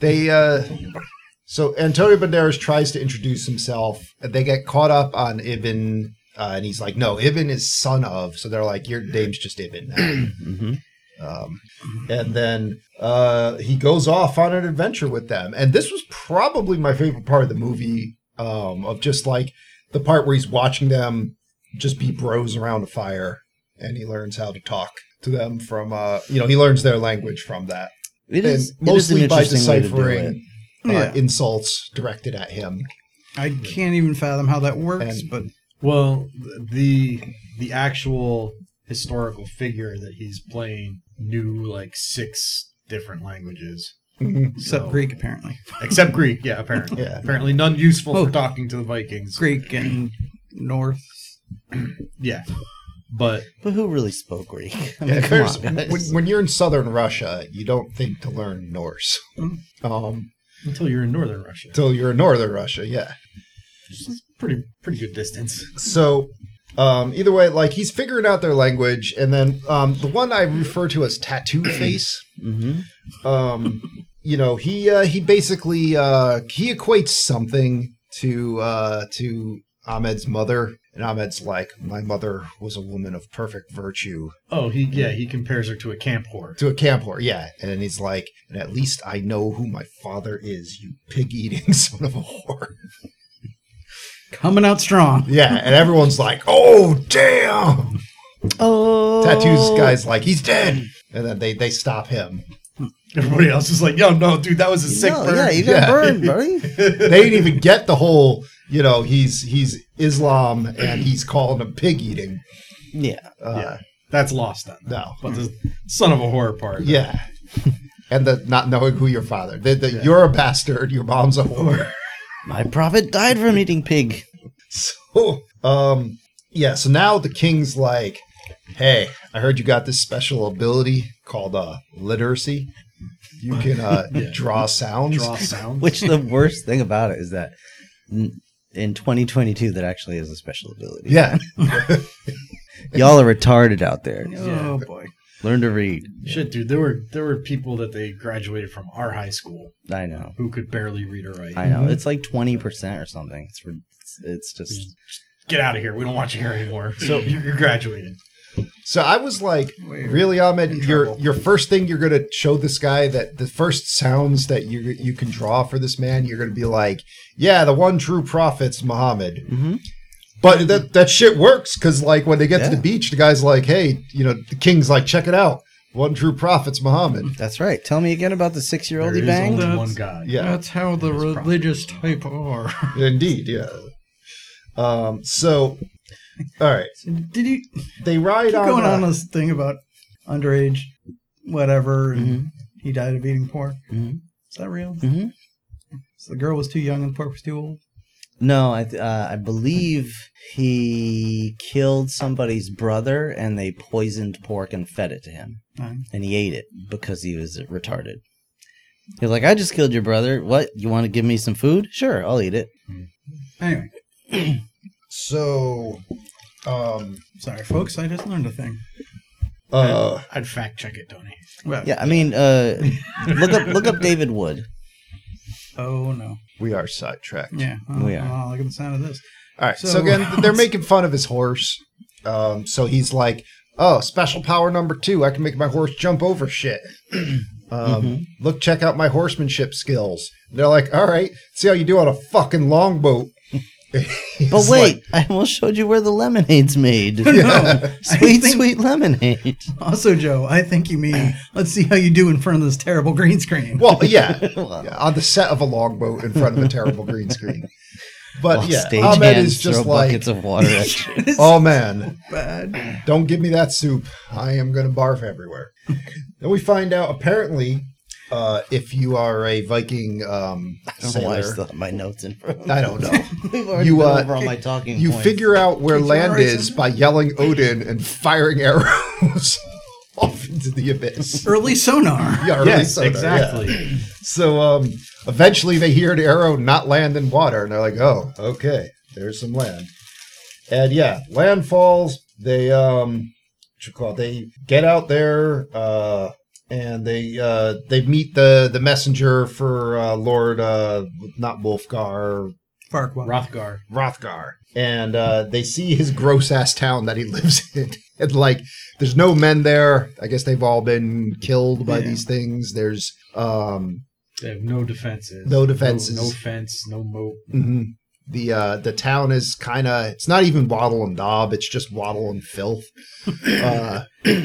S1: they uh so antonio banderas tries to introduce himself and they get caught up on ibn uh, and he's like no ibn is son of so they're like your name's just ibn now.
S5: Mm-hmm.
S1: um, and then uh he goes off on an adventure with them and this was probably my favorite part of the movie um of just like the part where he's watching them just be bros around a fire and he learns how to talk to them from uh you know he learns their language from that
S5: It
S1: and
S5: is it is an
S1: mostly by
S5: interesting way to do it.
S1: deciphering uh,
S4: Yeah.
S1: insults directed at him.
S4: I can't even fathom how that works,
S1: And-
S4: but
S2: Well, the the actual historical figure that he's playing knew like six different languages,
S5: Mm-hmm.
S4: except
S2: So-
S4: Greek apparently.
S2: except Greek. Yeah, apparently.
S1: Yeah.
S2: Apparently, none useful
S4: Oh.
S2: for talking to the Vikings.
S4: Greek and North.
S2: Yeah, but
S5: But who really spoke Greek? I mean,
S1: Yeah,
S5: come
S1: there's-
S5: on,
S1: when,
S5: guys.
S1: when you're in southern Russia, you don't think to learn Norse
S5: Mm-hmm.
S1: um,
S2: until you're in northern Russia,
S1: until you're in northern Russia. Yeah.
S2: which is pretty pretty good distance.
S1: So um, either way, like he's figuring out their language, and then um, the one I refer to as Tattoo Face.
S5: Mhm.
S1: um, you know, he uh, he basically uh, he equates something to uh, to Ahmed's mother, and Ahmed's like, my mother was a woman of perfect virtue.
S2: Oh, he yeah he compares her to a camp whore.
S1: to a camp whore, yeah. And then he's like, and at least I know who my father is, you pig eating son of a whore.
S4: Coming out strong.
S1: Yeah, and everyone's like, oh, damn.
S5: Oh,
S1: Tattoos guy's like, he's dead. And then they, they stop him.
S2: Everybody else is like, yo, no, dude, that was a sick
S5: Oh, No,
S2: bird.
S5: Yeah, you got
S1: Yeah.
S5: burned, buddy.
S1: They didn't even get the whole, you know, he's he's Islam and he's calling him pig eating.
S5: yeah,
S1: Uh,
S2: That's lost on them.
S1: No.
S2: But the son of a horror part.
S1: Yeah. And the not knowing who your father. The, the, You're a bastard. Your mom's a whore.
S5: my prophet died from eating pig.
S1: So, um, yeah. So now the king's like, "Hey, I heard you got this special ability called uh, literacy. You can uh, draw sounds."
S2: Draw sound.
S5: Which the worst thing about it is that n- in 2022, that actually is a special ability.
S1: Yeah,
S5: Y'all are retarded out there.
S4: Oh boy.
S5: Learn to read.
S2: Shit, dude, there were there were people that they graduated from our high school
S5: I know.
S2: who could barely read or write.
S5: I know. It's like 20% or something. It's re- it's, it's just
S2: Get out of here. We don't want you here anymore. So you're, you're graduated.
S1: So I was like,
S4: We're
S1: really, Ahmed,
S4: in
S1: your
S4: trouble.
S1: your first thing you're gonna show this guy that the first sounds that you you can draw for this man, you're gonna be like, yeah, the one true prophet's Muhammad.
S2: Mm-hmm.
S5: Mhm.
S1: But that that shit works because like when they get to
S5: Yeah.
S1: the beach, the guy's like, hey, you know, the king's like, check it out, one true prophet's Muhammad.
S5: That's right. Tell me again about the 6-year-old
S2: There
S5: he
S2: is
S5: banged.
S2: only
S4: That's-
S2: one God.
S1: Yeah.
S4: That's how the religious type are.
S1: Indeed, yeah. Um, so All right.
S4: So did you
S1: They ride
S4: keep
S1: on.
S4: going
S1: uh,
S4: on this thing about underage whatever and
S5: Mm-hmm.
S4: he died of eating pork?
S5: Mhm.
S4: Is that real?
S5: Mhm.
S4: So the girl was too young and the pork was too old.
S5: No, I th- uh, I believe he killed somebody's brother, and they poisoned pork and fed it to him,
S4: Fine.
S5: and he ate it because he was retarded. He was like, "I just killed your brother. What? You want to give me some food? Sure, I'll eat it."
S4: Anyway,
S1: so, um,
S4: sorry folks, I just learned a thing.
S1: uh,
S6: I'd fact check it, Tony.
S4: Well,
S5: Yeah, I mean, uh, look up look up David Wood.
S4: Oh no.
S1: we are sidetracked.
S4: Yeah. Oh, Well,
S5: We are.
S4: well, I like the sound of this.
S1: All right. So,
S4: So-
S1: again, they're making fun of his horse. Um, so he's like, "Oh, special power number two. I can make my horse jump over shit." um,
S5: Mm-hmm.
S1: Look, check out my horsemanship skills. And they're like, "All right, see how you do on a fucking longboat."
S5: But wait, I almost showed you where the lemonade's made.
S4: No.
S5: sweet,
S4: think-
S5: sweet lemonade.
S4: Also, Joe, I think you mean let's see how you do in front of this terrible green screen.
S1: Well, yeah, yeah, on the set of a longboat in front of a terrible green screen. But
S5: While
S1: yeah, Ahmed
S5: stagehands
S1: is
S5: throw
S1: just like,
S5: buckets of water at you.
S1: "Oh man,
S4: Bad.
S1: Don't give me that soup. I am going to barf everywhere. then we find out apparently, uh, if you are a Viking um,
S5: I don't know why I
S1: sailor,
S5: still have my notes in front. of me.
S1: I don't know.
S5: We've already
S1: You,
S5: been
S1: uh,
S5: over all my talking
S1: you
S5: points.
S1: figure out where land
S4: right,
S1: is by yelling Odin and firing arrows off into the abyss.
S4: Early sonar.
S1: Yeah, or at least
S2: yes,
S1: so, yeah.
S2: exactly.
S1: So um, eventually they hear an arrow not land in water, and they're like, "Oh, okay, there's some land." And yeah, land falls. They um, what you call it? They get out there, uh, and they uh, they meet the the messenger for uh, Lord uh, not Wolfgar
S4: Farquaad.
S2: Rothgar.
S1: Rothgar, and uh, they see his gross ass town that he lives in. And like, there's no men there. I guess they've all been killed by
S4: Yeah.
S1: these things. There's um,
S2: They have no defenses.
S1: No defenses.
S2: No, no fence, no moat.
S1: Mhm. The uh, the town is kind of it's not even wattle and daub. It's just wattle and filth, uh,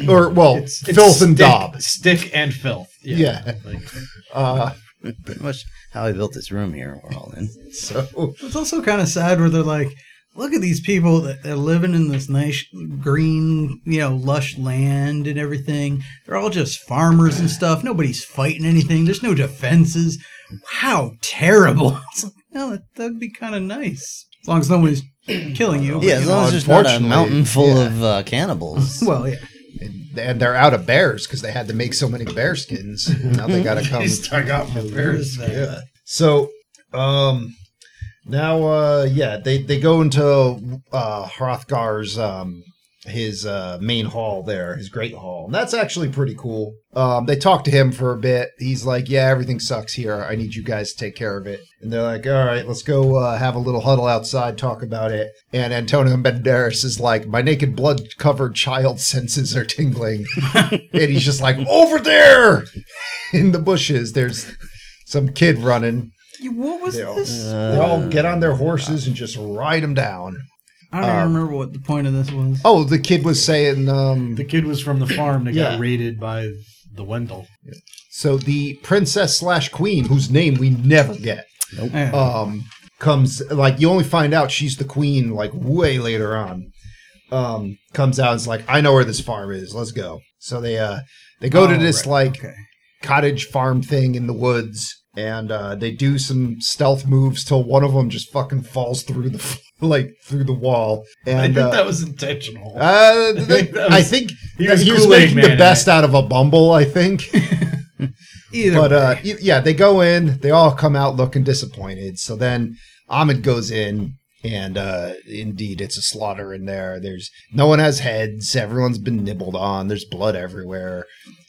S1: or well,
S2: It's, it's
S1: filth and
S2: stick-
S1: daub.
S2: Stick and filth. Yeah.
S1: Yeah.
S2: Like,
S1: Uh,
S5: pretty much how I built this room here we're all in.
S1: so
S4: It's also kind of sad where they're like, look at these people that they're living in this nice green, you know, lush land and everything. They're all just farmers and stuff. Nobody's fighting anything. There's no defenses. How terrible. It's like, no, that, that'd be kind of nice. As long as nobody's killing you.
S1: you
S5: Yeah, as
S1: know,
S5: long as there's not a
S1: unfortunately,
S5: mountain full
S1: yeah.
S5: of uh, cannibals.
S4: Well, yeah.
S1: and, and they're out of bears because they had to make so many bear skins. Now they gotta come.
S6: I got my
S1: bears. Yeah. So um, now uh, yeah, they they go into uh, Hrothgar's um, his uh, main hall there, his great hall. And that's actually pretty cool. Um, they talk to him for a bit. He's like, "Yeah, everything sucks here. I need you guys to take care of it." And they're like, "All right, let's go uh, have a little huddle outside, talk about it." And Antonio Banderas is like, "My naked blood-covered child senses are tingling," and he's just like, "Over there in the bushes, there's some kid running."
S4: You- What was
S1: They all-
S4: this?
S5: Uh,
S1: They all get on their horses and just ride him down.
S4: I don't
S5: uh,
S4: even remember what the point of this was.
S1: Oh, the kid was saying, um,
S2: the kid was from the farm that
S1: Yeah.
S2: got raided by the Wendell.
S1: So the princess slash queen, whose name we never get,
S4: Yeah.
S1: um, comes like you only find out she's the queen like way later on. Um, comes out and's like, I know where this farm is. Let's go. So they uh they go to
S4: Oh,
S1: this
S4: right.
S1: like
S4: Okay.
S1: cottage farm thing in the woods, and uh, they do some stealth moves till one of them just fucking falls through the like through the wall. And
S2: I think
S1: uh,
S2: that was intentional.
S1: uh, th-
S2: think that
S1: I
S2: was-
S1: think
S2: he
S1: that
S2: was
S1: he was
S2: Kool-Aid
S1: making
S2: Man eh?
S1: the
S2: in
S1: best out of a bumble. I think.
S4: Either
S1: But
S4: way.
S1: uh, y- yeah, they go in. They all come out looking disappointed. So then Ahmed goes in, and uh, indeed, it's a slaughter in there. There's no one has heads. Everyone's been nibbled on. There's blood everywhere,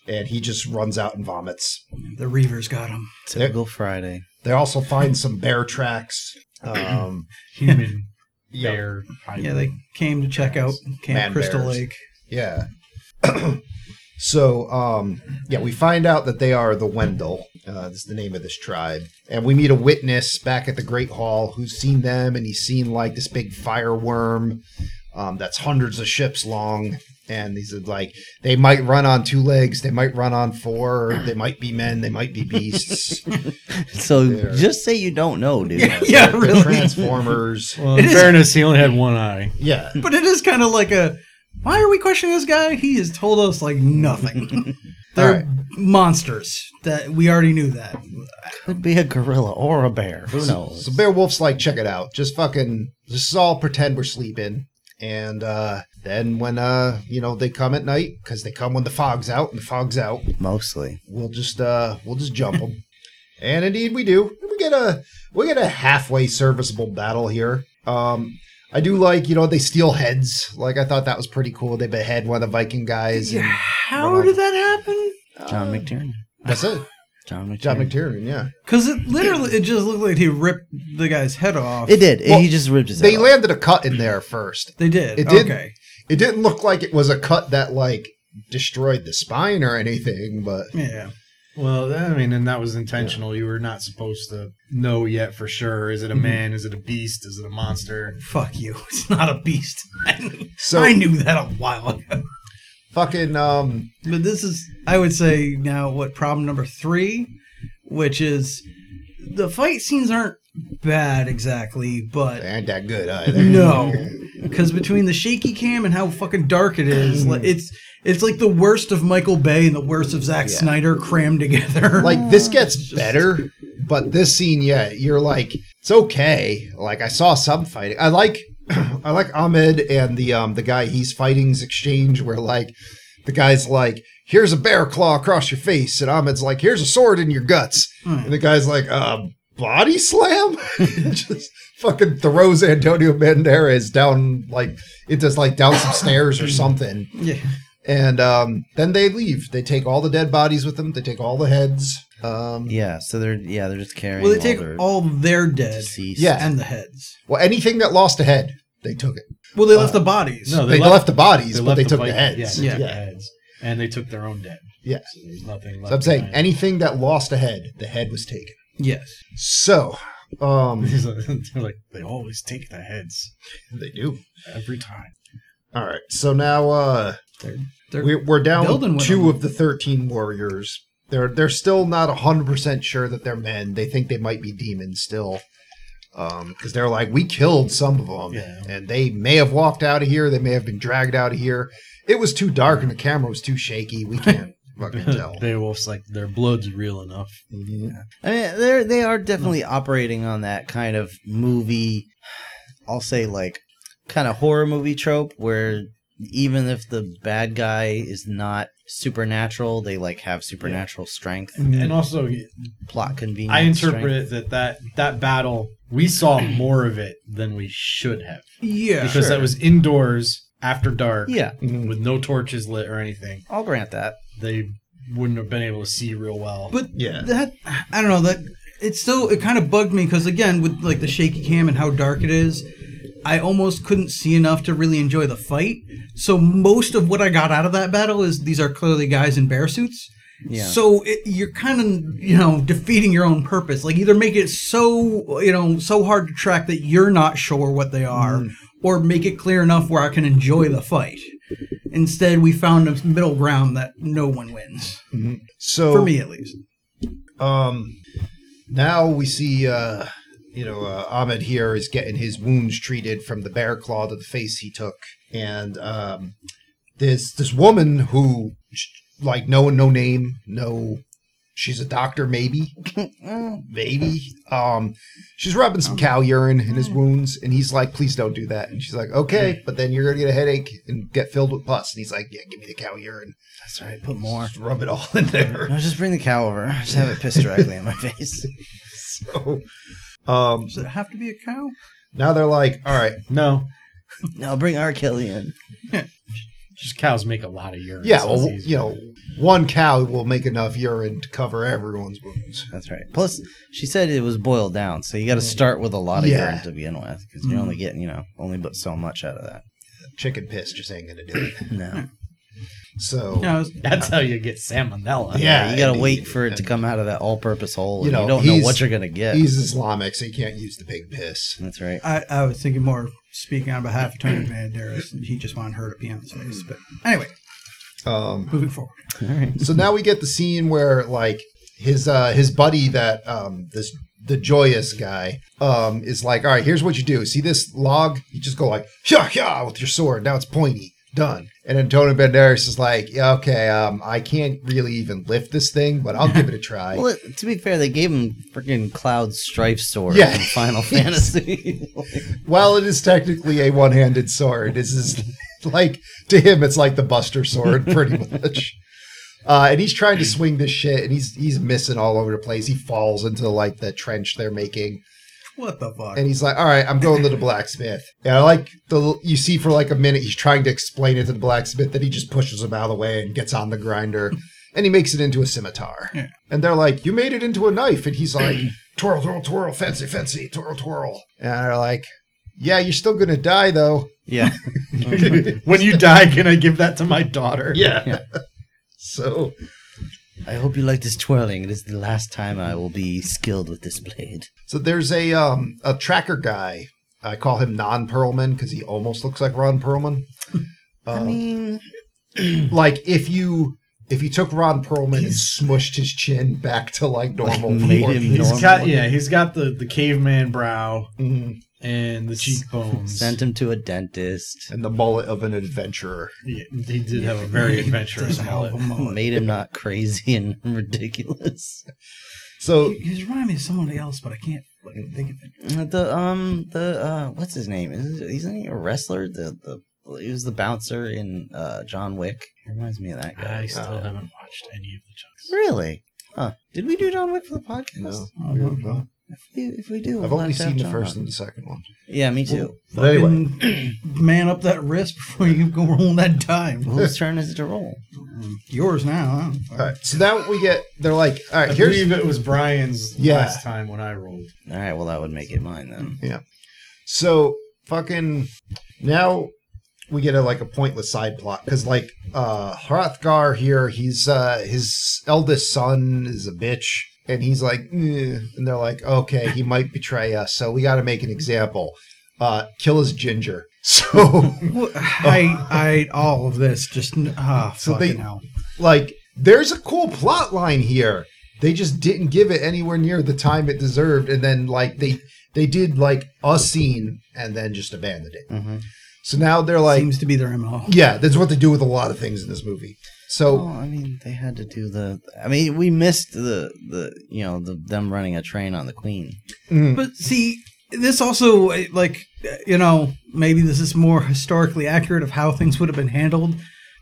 S1: and he just runs out and vomits.
S4: the Reavers got him.
S5: Typical Friday.
S1: They also find some bear tracks. Um,
S2: Human
S1: yeah,
S2: bear.
S4: Yeah, they came to check out Camp
S1: Man
S4: Crystal
S1: bears.
S4: Lake.
S1: yeah. so um, yeah, we find out that they are the Wendell. Uh, that's the name of this tribe. And we meet a witness back at the Great Hall who's seen them, and he's seen like this big fireworm um, that's hundreds of ships long. And these are like they might run on two legs, they might run on four, they might be men, they might be beasts.
S5: So
S1: There.
S5: just say you don't know, dude.
S4: yeah,
S1: They're
S4: really.
S1: Transformers.
S2: Well, in
S4: It is-
S2: fairness, he only had one eye.
S1: Yeah.
S4: But it is kind of like a why are we questioning this guy? He has told us like nothing. They're
S1: Alright.
S4: monsters that we already knew that.
S5: Could be a gorilla or a bear. Who knows?
S1: So Bear Wolf's like, check it out. Just fucking, this is all pretend we're sleeping. And uh, then when, uh, you know, they come at night, because they come when the fog's out and the fog's out,
S5: Mostly.
S1: we'll just, uh, we'll just jump them. and indeed we do. We get a, we get a halfway serviceable battle here. Um, I do like, you know, they steal heads. Like, I thought that was pretty cool. They behead one of the Viking guys. And
S4: How
S1: Right.
S4: did that happen?
S5: John McTiernan.
S1: that's it.
S5: John McTiernan.
S1: Uh, John McTiernan, yeah.
S4: Because it literally it just looked like he ripped the guy's head off.
S5: It did.
S1: Well,
S5: he just ripped his
S1: They
S5: head off.
S1: landed a cut in there first.
S4: they did.
S1: It did.
S4: Okay.
S1: it didn't look like it was a cut that like destroyed the spine or anything, but
S4: Yeah.
S2: Well, I mean, and that was intentional. You were not supposed to know yet for sure. Is it a man? Is it a beast? Is it a monster?
S4: Fuck you. It's not a beast.
S1: so
S4: I knew that a while ago.
S1: fucking um
S4: But this is, I would say, now what problem number three, which is the fight scenes aren't bad exactly,
S1: they
S4: but
S1: aren't that good either.
S4: no, because between the shaky cam and how fucking dark it is,
S2: Mm.
S4: like, it's it's like the worst of Michael Bay and the worst of Zack Snyder crammed together.
S1: Like this gets better, but this scene, yeah, you're like, it's okay. Like I saw some fighting. I like I like Ahmed and the um the guy he's fighting's exchange where like the guy's like, here's a bear claw across your face, and Ahmed's like, here's a sword in your guts. And the guy's like, uh, body slam? Just fucking throws Antonio Banderas down, like, it does, like, down some stairs or something.
S4: yeah,
S1: And um, then they leave. They take all the dead bodies with them, they take all the heads. Um,
S5: Yeah, so they're yeah, they're just carrying
S4: well, they
S5: all
S4: take
S5: their
S4: all their dead
S5: deceased.
S1: Yeah.
S4: and the heads.
S1: Well, anything that lost a head, they took it.
S4: Well, they left the bodies.
S2: Uh, No,
S1: Oh, They,
S2: they,
S1: left, the bodies, but they
S2: the
S1: took the
S2: Viking-
S1: heads.
S2: Yeah, they
S4: Yeah.
S2: took the heads. And they took their own dead.
S1: Yeah.
S2: So there's nothing left.
S1: So I'm saying
S2: behind.
S1: anything that lost a head, the head was taken.
S4: Yes.
S1: So, um,
S2: He's like- they're like, they always take the heads
S1: they do.
S2: every time.
S1: All right. So now, uh,
S4: They're,
S1: We're, we're down
S4: building
S1: with
S4: with
S1: two
S4: them.
S1: of the thirteen warriors. They're they're still not hundred percent sure that they're men. They think they might be demons still, because they're like, we killed some of them,
S2: Yeah.
S1: and they may have walked out of here. They may have been dragged out of here. It was too dark and the camera was too shaky. We can't fucking tell.
S2: Beowulf's like, their blood's real enough.
S5: I mean, they're they are definitely operating on that kind of movie. I'll say like kind of horror movie trope where even if the bad guy is not supernatural, they like have supernatural strength,
S2: And also,
S5: plot convenience.
S2: I
S5: strength.
S2: interpret that, that that battle, we saw more of it than we should have.
S4: yeah.
S2: Because that was indoors after dark.
S5: Yeah,
S2: With no torches lit or anything.
S5: I'll grant that.
S2: They wouldn't have been able to see real well.
S4: But
S1: Yeah.
S4: that I don't know that it still it kind of bugged me because again with like the shaky cam and how dark it is, I almost couldn't see enough to really enjoy the fight. So most of what I got out of that battle is these are clearly guys in bear suits.
S5: Yeah.
S4: So it, you're kind of you know defeating your own purpose. Like either make it so you know so hard to track that you're not sure what they are, or make it clear enough where I can enjoy the fight. Instead, we found a middle ground that no one wins
S1: Mm-hmm. So
S4: for me at least.
S1: Um, now we see, uh, you know, uh, Ahmed here is getting his wounds treated from the bear claw to the face he took, and um, this this woman who, sh- like, no no name, no, she's a doctor, maybe, maybe. Um, she's rubbing some cow urine in his wounds, and he's like, "Please don't do that." And she's like, "Okay," but then you're gonna get a headache and get filled with pus. And he's like, "Yeah, give me the cow urine,
S5: That's right. Put more.
S1: Just rub it all in there."
S5: No, just bring the cow over. Just have it piss directly in my face.
S1: So, um,
S4: Does it have to be a cow?
S1: Now they're like, all right,
S2: no.
S5: No, bring R. Kelly in.
S2: Just cows make a lot of urine.
S1: yeah,
S2: so
S1: well,
S2: it's easy.
S1: you know, one cow will make enough urine to cover everyone's wounds.
S5: That's right. Plus, she said it was boiled down, so you got to start with a lot of
S1: Yeah. Mm.
S5: urine to begin with, because you're only getting, you know, only but so much out of that.
S1: Chicken piss just ain't gonna do it.
S5: No.
S1: So
S4: Yeah, I was-
S2: That's how you get salmonella.
S1: Yeah,
S5: you gotta
S1: I mean,
S5: wait for it to come out of that all-purpose hole.
S1: You
S5: and
S1: know,
S5: you don't know
S1: he's-
S5: what you're gonna get.
S1: he's Islamic, so you can't use the pig piss.
S5: That's right.
S4: I, I was thinking more speaking on behalf of Tony Banderas, and he just wanted her to pee on his face. But anyway,
S1: Um,
S4: moving forward.
S1: so now we get the scene where like his uh his buddy that um this the joyous guy um is like all right here's what you do see this log you just go like yeah yeah with your sword now it's pointy done and antonio banderas is like yeah, okay um i can't really even lift this thing but i'll give it a try
S5: Well, it- to be fair, they gave him freaking Cloud Strife sword
S1: Yeah.
S5: in Final Fantasy.
S1: While it is technically a one-handed sword, this is like to him, it's like the Buster sword, pretty much. Uh, and he's trying to swing this shit, and he's he's missing all over the place. He falls into like the trench they're making,
S4: What the fuck?
S1: and he's like, "All right, I'm going to the blacksmith." And I like the you see for like a minute he's trying to explain it to the blacksmith, then he just pushes him out of the way and gets on the grinder, and he makes it into a scimitar.
S4: Yeah.
S1: And they're like, "You made it into a knife," and he's like, "Twirl, twirl, twirl, fancy, fancy, twirl, twirl." And they're like, "Yeah, you're still gonna die though."
S5: yeah.
S2: When you die, can I give that to my daughter?
S1: Yeah.
S5: Yeah.
S1: so
S5: I hope you like this twirling. It is the last time I will be skilled with this blade.
S1: so there's a um a tracker guy. I call him Non Perlman because he almost looks like Ron Perlman.
S5: I
S1: Um,
S5: mean,
S1: like if you if you took Ron Perlman and smushed his chin back to like normal,
S5: made him
S1: proportions.
S2: He's
S5: normal.
S2: got yeah, he's got the the caveman brow
S1: Mhm.
S2: and the cheekbones.
S5: sent him to a dentist.
S1: and the mullet of an adventurer.
S2: Yeah, he did have a very adventurous
S4: Doesn't help
S2: mullet.
S4: him out.
S5: Made him not crazy and ridiculous.
S1: So
S4: He- He's reminding me of somebody else, but I can't fucking think of it.
S5: The um the uh what's his name? Is isn't he a wrestler? The the he was the bouncer in uh John Wick. reminds me of that guy.
S2: I
S1: Uh,
S2: still haven't watched any of the chunks.
S5: Really? Huh. Did we do John Wick for the podcast?
S1: No.
S4: I don't know.
S5: If we, if we do,
S1: I've
S5: we'll
S1: only
S5: have to have
S1: seen the
S5: John
S1: first
S5: on.
S1: and the second one.
S5: Yeah, me too.
S1: But anyway,
S4: Fucking Man up that wrist before you go rolling that dime.
S5: Whose turn is it to roll?
S1: Mm-hmm.
S4: Yours now. I don't know.
S1: all right. So now we get they're like, all right,
S2: I
S1: here's
S2: believe it was Brian's
S1: Yeah.
S2: last time when I rolled.
S5: All right, well that would make it mine then.
S1: So fucking now we get a like a pointless side plot because like uh Hrothgar here, he's uh his eldest son is a bitch. And he's like, "Eh," and they're like, okay, he might betray us, so we got to make an example. Uh, kill his ginger. So,
S4: Well, I, I, all of this just, ah,
S1: So
S4: fucking
S1: they-
S4: hell.
S1: like, there's a cool plot line here. They just didn't give it anywhere near the time it deserved, and then like they they did like a scene and then just abandoned it.
S5: Mhm.
S1: So now they're like,
S4: Seems to be their MO.
S1: Yeah, that's what they do with a lot of things in this movie.
S5: Well,
S1: So
S5: I mean, they had to do the. I mean, we missed the the you know the them running a train on the queen.
S1: mm,
S4: But see, this also, eh, like, eh, you know, maybe this is more historically accurate of how things would have been handled.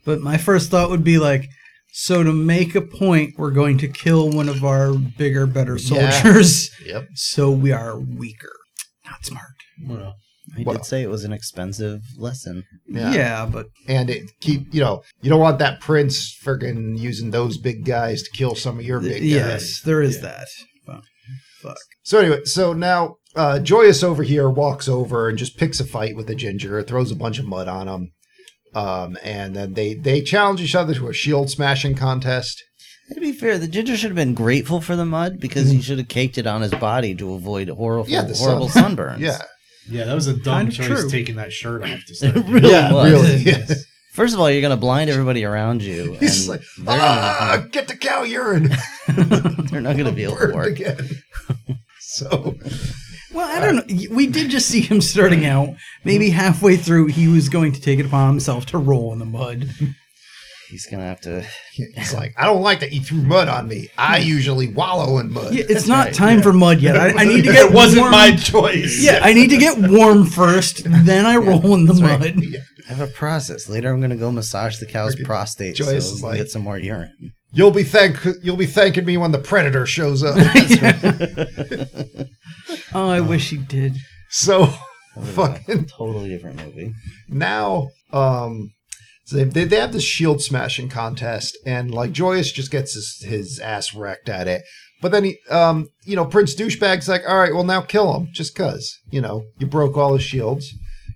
S4: But my first thought would be like, so to make a point, we're going to kill one of our bigger, better
S1: Yeah.
S4: soldiers.
S1: Yep.
S4: So we are weaker. Not smart.
S2: Well,
S5: I
S1: Well-
S5: did say it was an expensive lesson.
S1: yeah.
S4: Yeah, but
S1: and it keep you know you don't want that prince friggin' using those big guys to kill some of your big guys.
S4: yes, there is
S2: Yeah.
S4: that. But fuck.
S1: So anyway, so now uh, Joyous over here walks over and just picks a fight with the ginger, throws a bunch of mud on him, um, and then they they challenge each other to a shield smashing contest.
S5: To be fair, the ginger should have been grateful for the mud because he should have caked it on his body to avoid horrible,
S1: Mm-hmm. Yeah, the
S5: horrible
S1: sun.
S5: sunburns.
S1: Yeah,
S2: yeah, that was a dumb
S4: Kind of
S2: choice
S4: true.
S2: taking that shirt off to
S5: it
S2: start.
S5: really
S1: yeah,
S5: was.
S1: really. Yeah.
S5: First of all, you're gonna blind everybody around you.
S1: He's
S5: and
S1: like,
S5: they're,
S1: ah, get the cow urine.
S5: not gonna, they're not gonna be able to
S1: Burned
S5: work.
S1: again. so
S4: Well, I don't know. We did just see him starting out. Maybe halfway through, he was going to take it upon himself to roll in the mud.
S5: He's gonna have to.
S1: It's like, I don't like that you threw mud on me. I usually wallow in mud.
S4: Yeah, it's not time for mud yet. I, I need to get
S2: it wasn't
S4: warm.
S2: my choice.
S4: Yeah, I need to get warm first, then I roll in the mud.
S5: I have a process. Later, I'm gonna go massage the cow's prostate so
S1: Joyce is
S5: we can
S1: like-
S5: get some more urine.
S1: You'll be thank you'll be thanking me when the predator shows up.
S4: Oh, I wish he did.
S1: so
S5: Other than that,
S1: fucking
S5: totally different movie.
S1: now um so they, they have this shield smashing contest and like joyous just gets his, his ass wrecked at it but then he um you know prince douchebag's like all right well now kill him just cuz you know you broke all his shields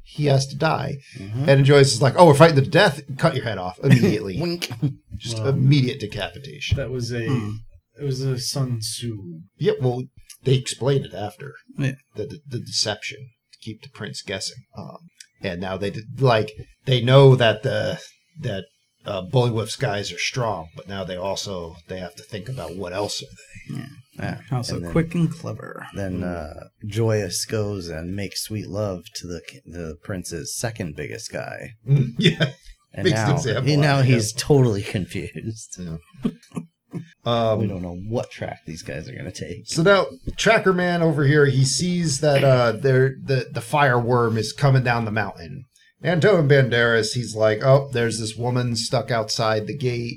S1: he has to die.
S5: Mm-hmm.
S1: And Enjoys is like, oh, we're fighting to the death. Cut your head off immediately.
S5: Wink.
S1: Just
S2: Wow.
S1: immediate decapitation.
S2: That was a.
S1: Hmm.
S2: It was a Sun Tzu.
S1: Yeah, well, they explained it after
S4: Yeah.
S1: the, the the deception to keep the prince guessing. Um, and now they did, like they know that the that uh, Bullywhip's guys are strong, but now they also they have to think about what else are they.
S5: Yeah.
S4: Also
S5: And then-
S4: quick and clever.
S5: Then uh, Joyous goes and makes sweet love to the the prince's second biggest guy,
S1: Mm, yeah.
S5: and
S1: Makes an
S5: now,
S1: example
S5: he- now
S1: out of
S5: he's totally confused. We
S1: Um,
S5: don't know what track these guys are gonna take.
S1: so now Tracker Man over here, he sees that uh, there the the fireworm is coming down the mountain. Antonio Banderas, he's like, oh, there's this woman stuck outside the gate.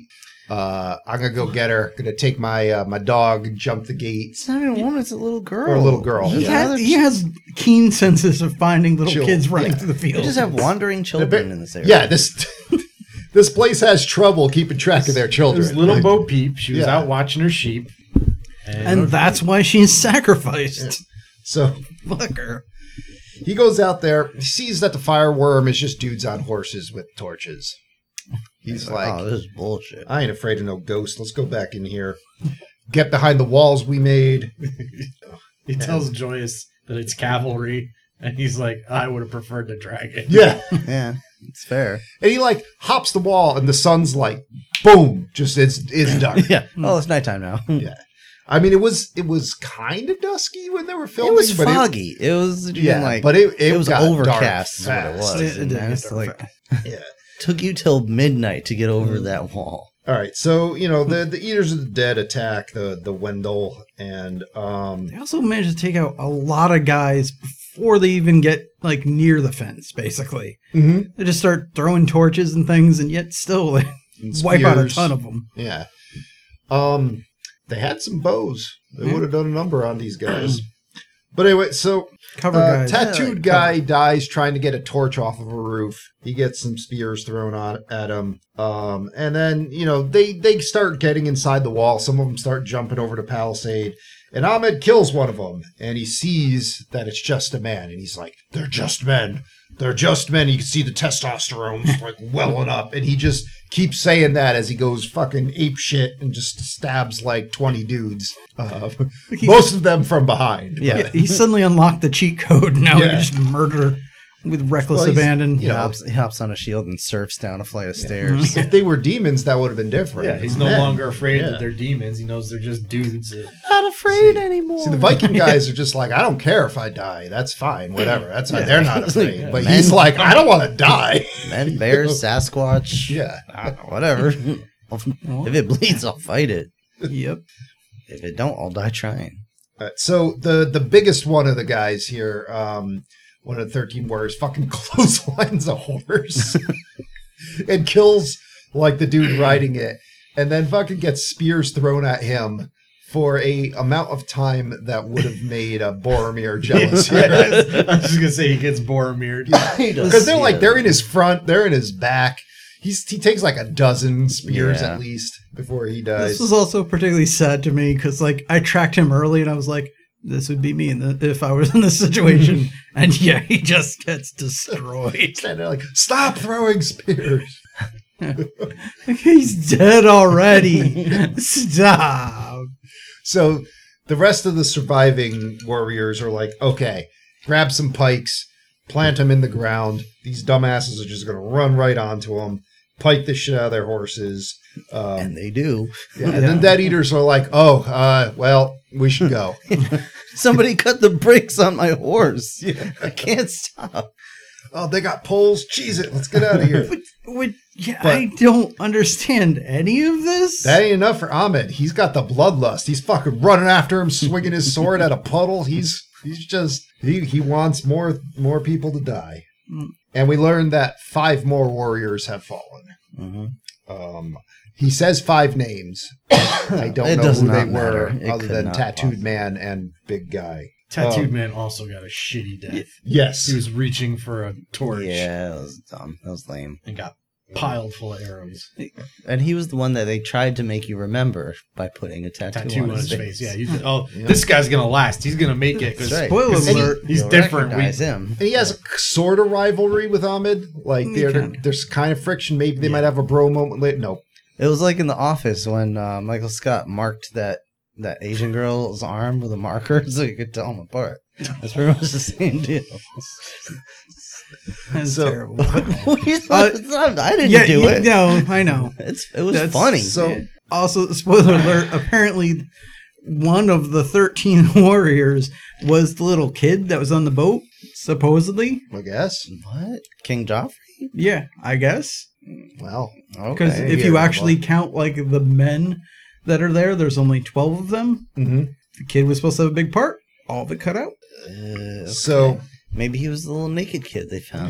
S1: Uh, I'm gonna go get her. Gonna take my uh, my dog, jump the gate,
S5: It's not even a woman; it's a little girl.
S1: or a little girl.
S4: He,
S1: Yeah.
S4: ha-
S5: they're
S4: he has keen senses of finding little
S1: Children,
S4: kids running
S1: yeah.
S4: through the
S5: They
S4: field.
S5: just have wandering children in this area.
S1: Yeah, this this place has trouble keeping track of their
S2: It was
S1: children.
S2: little Bo Peep. She was
S1: Yeah.
S2: out watching her sheep.
S4: and that's why she's sacrificed.
S1: So
S4: Fuck her.
S1: he goes out there, he sees that the fireworm is just dudes on horses with torches. He's
S5: oh,
S1: like,
S5: this is bullshit.
S1: I ain't afraid of no ghost. Let's go back in here. Get behind the walls we made.
S2: he tells Joyous that it's cavalry, and he's like, "I would have preferred the dragon."
S1: Yeah.
S5: yeah, it's fair.
S1: And he like hops the wall and the sun's like boom. Just it's it's dark.
S5: Yeah. Oh, it's nighttime now.
S1: Yeah. I mean it was it was kind of dusky when they were filming.
S5: It was
S1: but
S5: foggy. It, was yeah,
S1: yeah,
S5: like
S1: but it, it,
S5: it was
S1: got dark
S5: overcast is what it
S1: fast.
S5: was.
S4: It- it
S5: and
S4: did
S5: I
S4: get
S5: was
S4: dark
S5: like
S1: Yeah.
S5: took you till midnight to get over
S1: Mm.
S5: that wall.
S1: All right, so you know the the Eaters of the Dead attack the the Wendell, and um,
S4: They also managed to take out a lot of guys before they even get like near the fence. Basically,
S1: mm-hmm.
S4: they just start throwing torches and things, and yet still they
S1: and
S4: wipe out a
S1: spears.
S4: ton of them.
S1: Yeah, um, they had some bows. They
S4: Yeah.
S1: would have done a number on these guys. But anyway, so
S4: Cover
S1: uh,
S4: guys.
S1: tattooed guy dies trying to get a torch off of a roof. He gets some spears thrown on at him, um, and then you know they they start getting inside the wall. Some of them start jumping over the palisade, and Ahmed kills one of them, and he sees that it's just a man, and he's like, "They're just men." They're just men. You can see the testosterone's like welling up, and he just keeps saying that as he goes fucking ape shit and just stabs like twenty dudes, uh, most of them from behind.
S5: Yeah.
S4: Yeah, he suddenly unlocked the cheat code. Now
S1: Yeah.
S4: he just murder with reckless
S1: Well, he's-
S4: abandon.
S1: you
S5: He
S1: know,
S5: hops, he hops on a shield and surfs down a flight of stairs.
S1: if they were demons, that would have been different.
S2: Yeah, he's no
S1: Then-
S2: longer afraid
S1: yeah.
S2: that they're demons. He knows they're just dudes. that-
S5: Not afraid anymore.
S1: See, the Viking guys are just like, I don't care if I die. That's fine. Whatever. That's why they're not afraid. But
S5: Man.
S1: he's like, I don't want to die.
S5: Men, bears, Sasquatch.
S1: yeah.
S5: I don't know, whatever. if it bleeds, I'll fight it.
S4: Yep.
S5: If it don't, I'll die trying.
S1: Uh, so the the biggest one of the guys here, um, one of the thirteen warriors, fucking clotheslines a horse and kills like the dude riding it, and then fucking gets spears thrown at him for a amount of time that would have made a Boromir jealous. here.
S2: I was just gonna say he gets Boromir.
S1: because they're like they're in his front, they're in his back. He's he takes like a dozen spears
S5: Yeah.
S1: at least before he
S4: This
S1: dies.
S4: was also particularly sad to me because, like, I tracked him early and I was like, this would be me in the, if I was in this situation. and yeah, he just gets destroyed.
S1: And they're like, stop throwing spears.
S4: Like, He's dead already. Stop.
S1: So the rest of the surviving warriors are like, okay, grab some pikes, plant them in the ground. These dumbasses are just gonna run right onto them, pike the shit out of their horses. Um,
S5: and they do.
S1: yeah, and then dead eaters are like, oh, uh, well, we should go.
S5: Somebody cut the brakes on my horse. I can't stop.
S1: oh, they got poles. Cheese it, let's get out of here.
S4: Would, yeah,
S1: But-
S4: I don't understand any of this.
S1: That ain't enough for Ahmed. He's got the bloodlust. He's fucking running after him, swinging his sword at a puddle. He's he's just he he wants more more people to die.
S4: Mm.
S1: And we learn that five more warriors have fallen.
S4: Mm-hmm.
S1: Um, he says five names. I don't
S5: It
S1: know
S5: does
S1: who they
S5: not
S1: were,
S5: matter. It
S1: other
S5: could
S1: than
S5: not
S1: tattooed
S5: possibly-
S1: man and big guy.
S2: Tattooed
S1: Oh.
S2: man also got a shitty death.
S1: Yes,
S2: He was reaching for a torch
S5: Yeah, that was dumb. That was lame.
S2: and got piled full of arrows.
S5: And he was the one that they tried to make you remember by putting a tattoo,
S2: Tattoo on his face. Yeah. You did, oh,
S1: Yeah.
S2: this guy's gonna last. He's gonna make it. 'cause-
S5: That's right.
S2: 'cause
S4: Spoiler
S2: he-
S4: alert.
S2: He's
S5: You'll
S2: different. We-
S5: recognize him.
S1: And he has a sort of rivalry with Ahmed. Like
S4: Mm,
S1: there,
S4: kinda.
S1: there's kind of friction. Maybe they might have a bro moment. Later. No,
S5: It was like in the office when uh, Michael Scott marked that that Asian girl's arm with a marker so you could tell them apart. That's pretty much the same deal.
S4: That's
S1: So-
S4: terrible.
S5: It's
S4: Uh,
S5: not- it's not- I didn't do
S4: you-
S5: it.
S4: No, I know.
S5: It's it was
S4: That's
S5: funny.
S1: so
S4: Also, spoiler alert. Apparently, one of the thirteen warriors was the little kid that was on the boat. Supposedly,
S1: I guess.
S5: what King Joffrey?
S4: yeah, I guess.
S1: Well,
S4: Because
S5: Okay.
S4: if you actually count like the men that are there, there's only twelve of them.
S1: hmm
S4: The kid was supposed to have a big part. All of it cut out.
S5: Uh,
S1: so
S5: maybe he was the little naked kid they found.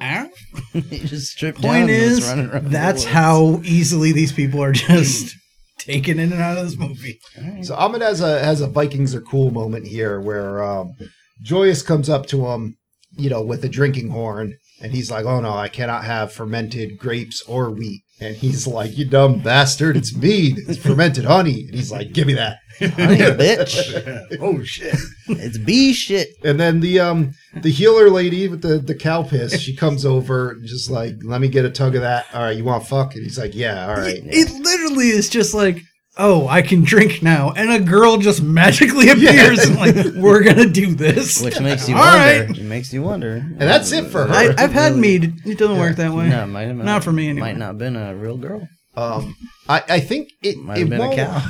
S1: Yeah.
S5: he just stripped down.
S4: Point
S5: and was
S4: is,
S5: running around the
S4: that's
S5: woods.
S4: how easily these people are just taken in and out of this movie.
S1: So Ahmed has a has a Vikings are cool moment here where um, Joyous comes up to him, you know, with a drinking horn, and he's like, "Oh no, I cannot have fermented grapes or wheat." And he's like, "You dumb bastard, it's mead, it's fermented honey." And he's like, "Give me that."
S5: Honey, bitch.
S1: oh shit!
S5: It's bee shit.
S1: And then the um the healer lady with the the cow piss, she comes over and just like, "Let me get a tug of that." All right, you want fuck? And he's like, "Yeah, all right."
S4: It literally is just like, oh, I can drink now, and a girl just magically appears and like, we're gonna do this.
S5: Which makes you
S4: All
S5: wonder.
S4: right.
S5: It makes you wonder. And
S1: that's it for her.
S4: I, I've had mead. It doesn't work that way.
S5: No, might have been-
S4: Not for me anyway.
S5: Might not have been a real girl.
S1: Um, I I think it
S5: Might
S1: it
S5: have been a
S1: won't-
S5: cow.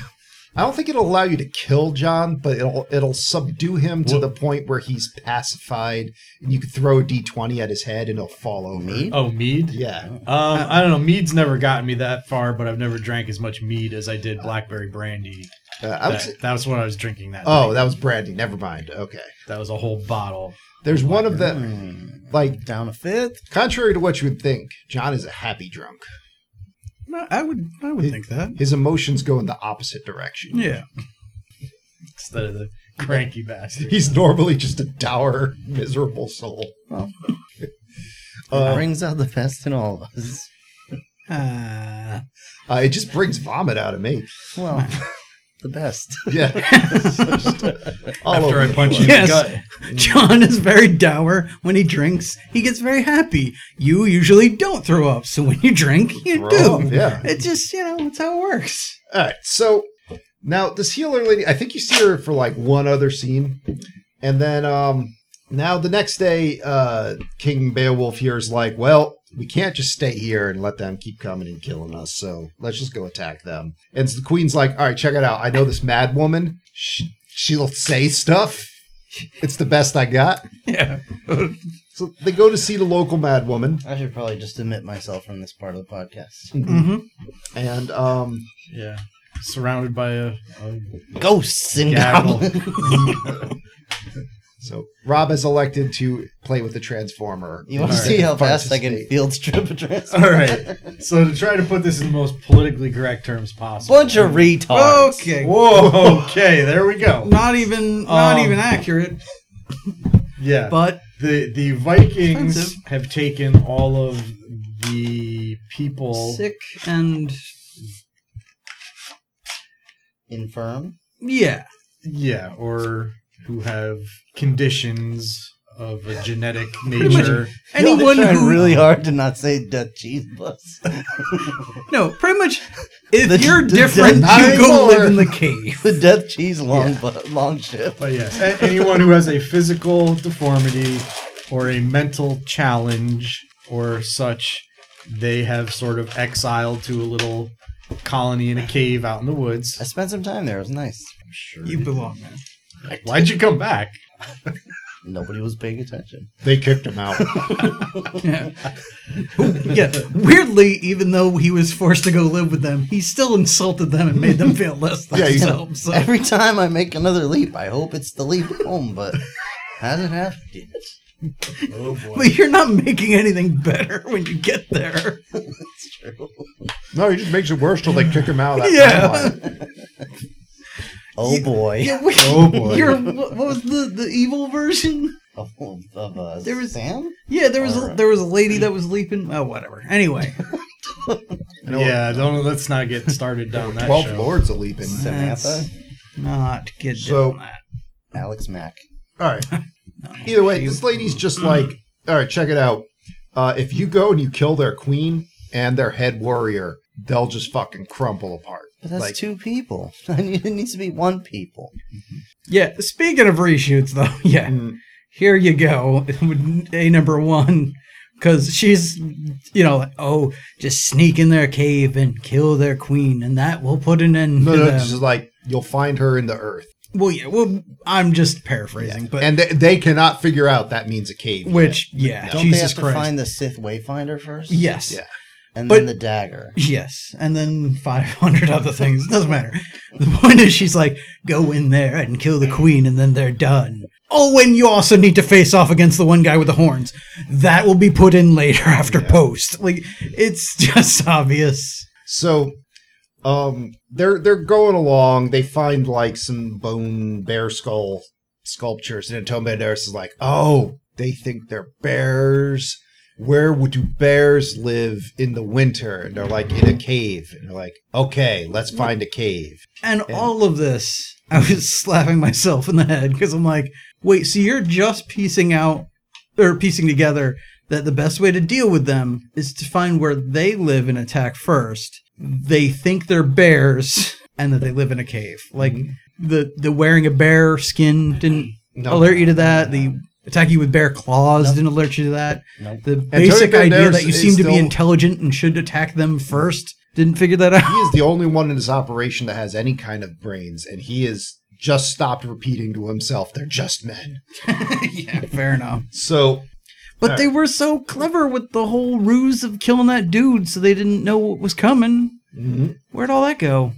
S1: I don't think it'll allow you to kill John, but it'll it'll subdue him to
S2: Well-
S1: the point where he's pacified, and you can throw a d twenty at his head, and he'll fall over.
S5: Mead?
S2: Oh, mead.
S1: Yeah,
S2: Um, I don't know. Mead's never gotten me that far, but I've never drank as much mead as I did blackberry brandy.
S1: uh,
S5: Oh.
S1: I would
S2: That,
S1: say-
S2: that was what I was drinking that.
S1: oh,
S2: night.
S1: that was brandy. Never mind. Okay,
S2: that was a whole bottle.
S1: there's one of the
S5: Hmm.
S1: like.
S5: Down a fifth.
S1: Contrary to what you would think, John is a happy drunk.
S4: No, I would. I would think that.
S1: His emotions go in the opposite direction.
S4: Yeah.
S2: instead of the cranky bastard.
S1: He's normally just a dour, miserable soul.
S5: Well.
S1: Uh,
S5: brings out the best in all of us.
S4: Uh,
S1: uh, it just brings vomit out of me.
S5: Well, the best.
S1: Yeah. Just uh, all
S2: After
S1: over
S2: I
S1: the
S2: punch
S1: place.
S2: you in
S4: Yes.
S2: the gut.
S4: John is very dour when he drinks. He gets very happy. You usually don't throw up, so when you drink, you
S1: Throw
S4: do.
S1: up, yeah.
S4: It just you know it's how it works.
S1: All right. So now this healer lady, I think you see her for like one other scene, and then um now the next day, uh King Beowulf here is like, well, we can't just stay here and let them keep coming and killing us, so let's just go attack them. And so the queen's like, all right, check it out. I know this mad woman. She, she'll say stuff. It's the best I got.
S4: Yeah.
S1: So they go to see the local mad woman,
S5: I should probably just omit myself from this part of the podcast.
S4: Mm-hmm.
S1: and um,
S2: Yeah. Surrounded by a, a
S5: Ghosts and
S2: gaggle.
S5: goblins.
S1: so Rob has elected to play with the transformer.
S5: You want to
S2: All
S5: see
S1: Instead
S5: how
S1: of punch
S5: fast
S1: the
S5: I can
S1: state.
S5: field strip a transfer?
S2: All right. So to try to put this in the most politically correct terms possible.
S5: Bunch of retards.
S4: Okay.
S2: Whoa. Okay. There we go.
S4: Not even not
S2: Um,
S4: even accurate,
S2: Yeah.
S4: but
S2: the the Vikings
S4: Offensive.
S2: have taken all of the people.
S4: sick and
S5: Infirm.
S4: yeah.
S2: Yeah. Or who have conditions of a genetic
S4: much
S2: nature.
S4: Anyone
S5: They're trying
S4: who
S5: really hard to not say Duck Cheese Bus.
S4: no, pretty much. If
S5: The-
S4: you're
S5: the
S4: different, you
S5: denying
S4: go live
S5: or-
S4: in the cave.
S5: the Death Cheese Long bu- Long Ship.
S2: But yes, a- anyone who has a physical deformity or a mental challenge or such, they have sort of exiled to a little colony in a cave out in the
S5: I
S2: woods.
S5: spent some time there. It was nice. I'm sure.
S4: You belong there.
S2: Why'd you come back?
S5: Nobody was paying attention.
S1: They kicked him out.
S4: Yeah. yeah. Weirdly, even though he was forced to go live with them, he still insulted them and made them feel less than
S1: Yeah, he's-
S4: themselves. So.
S5: Every time I make another leap, I hope it's the leap home, but hasn't happened yet.
S4: But you're not making anything better when you get there.
S5: It's true.
S1: No, he just makes it worse till they kick him out. Of that
S4: Yeah.
S1: timeline.
S5: Oh boy.
S4: Yeah, wait,
S2: Oh, boy.
S4: Your, what what was the, the evil version?
S5: Of, of, uh,
S4: There was-
S5: Sam?
S4: Yeah, there was a,
S5: Alright.
S4: there was a lady that was leaping. Oh, whatever. Anyway,
S2: Yeah, don't let's not get started down that
S1: Twelve
S2: show.
S1: lords a leaping.
S5: Samantha?
S4: That's not good.
S1: So-
S4: down that.
S5: Alex Mack.
S1: All right. Either way, this lady's just like, all right, check it out. Uh, if you go and you kill their queen and their head warrior, they'll just fucking crumple apart.
S5: But that's
S1: Like-
S5: two people. it needs to be one people.
S4: yeah. Speaking of reshoots, though, yeah,
S1: Mm.
S4: here you go. A number one, because she's, you know, like, oh, just sneak in their cave and kill their queen, and that will put an end
S1: No,
S4: to
S1: no,
S4: them.
S1: it's just like you'll find her in the earth,
S4: Well, yeah. Well, I'm just paraphrasing, but
S1: and they, they cannot figure out that means a cave. yet.
S4: which, yeah,
S5: Don't
S4: Jesus
S5: they have to
S4: Christ.
S5: find the Sith Wayfinder first?
S4: yes.
S1: Yeah.
S5: And
S4: But-
S5: then the dagger.
S4: Yes, and then 500 other things. Doesn't matter. The point is, she's like, go in there and kill the queen, and then they're done. Oh, and you also need to face off against the one guy with the horns. That will be put in later after post. Like, it's just obvious.
S1: So um they're they're going along, they find like some bone bear skull sculptures, and Antonio Banderas is like, Oh, they think they're bears. Where would do bears live in the winter? And they're like in a cave. And they're like, okay, let's find a cave.
S4: And all of this, I was slapping myself in the head because I'm like, wait, so you're just piecing out or piecing together that the best way to deal with them is to find where they live and attack first. They think they're bears and that they live in a cave. Like the the wearing a bear skin didn't
S1: Mm-hmm. No.
S4: alert you to that. The attacking you with bear claws didn't alert you to that.
S5: Nope.
S4: The basic
S1: Tony
S4: idea
S1: Banderas
S4: that you
S1: is
S4: seem to be
S1: still-
S4: intelligent and should attack them first didn't figure that out.
S1: He is the only one in his operation that has any kind of brains, and he is just stopped repeating to himself, they're just men.
S4: yeah, fair enough.
S1: So
S4: But
S1: Alright.
S4: they were so clever with the whole ruse of killing that dude, so they didn't know what was coming.
S1: mhm,
S4: Where'd all that go?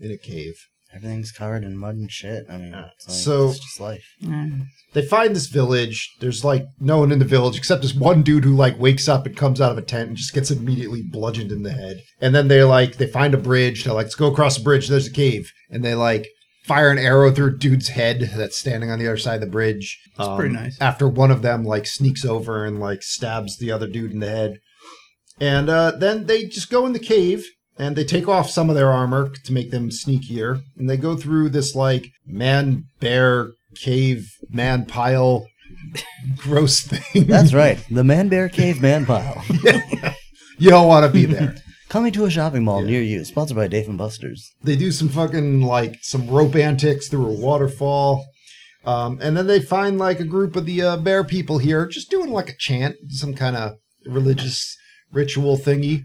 S1: in a cave.
S5: Everything's covered in mud and shit. I mean, it's like,
S1: So-
S5: it's just life.
S4: Eh.
S1: they find this village. There's like no one in the village except this one dude who like wakes up and comes out of a tent and just gets immediately bludgeoned in the head. And then they like they find a bridge. They're like, let's go across the bridge. There's a cave. And they like fire an arrow through a dude's head that's standing on the other side of the bridge. It's
S4: pretty nice.
S1: After one of them like sneaks over and like stabs the other dude in the head. And uh, then they just go in the cave and they take off some of their armor to make them sneakier. And they go through this like man bear cave man pile gross thing.
S5: That's right. The Man Bear Cave Man Pile.
S1: you don't want to be there.
S5: Coming to a shopping mall near you. Sponsored by Dave and Buster's.
S1: they do some fucking like some rope antics through a waterfall. Um, and then they find like a group of the uh, bear people here just doing like a chant, some kind of religious ritual thingy.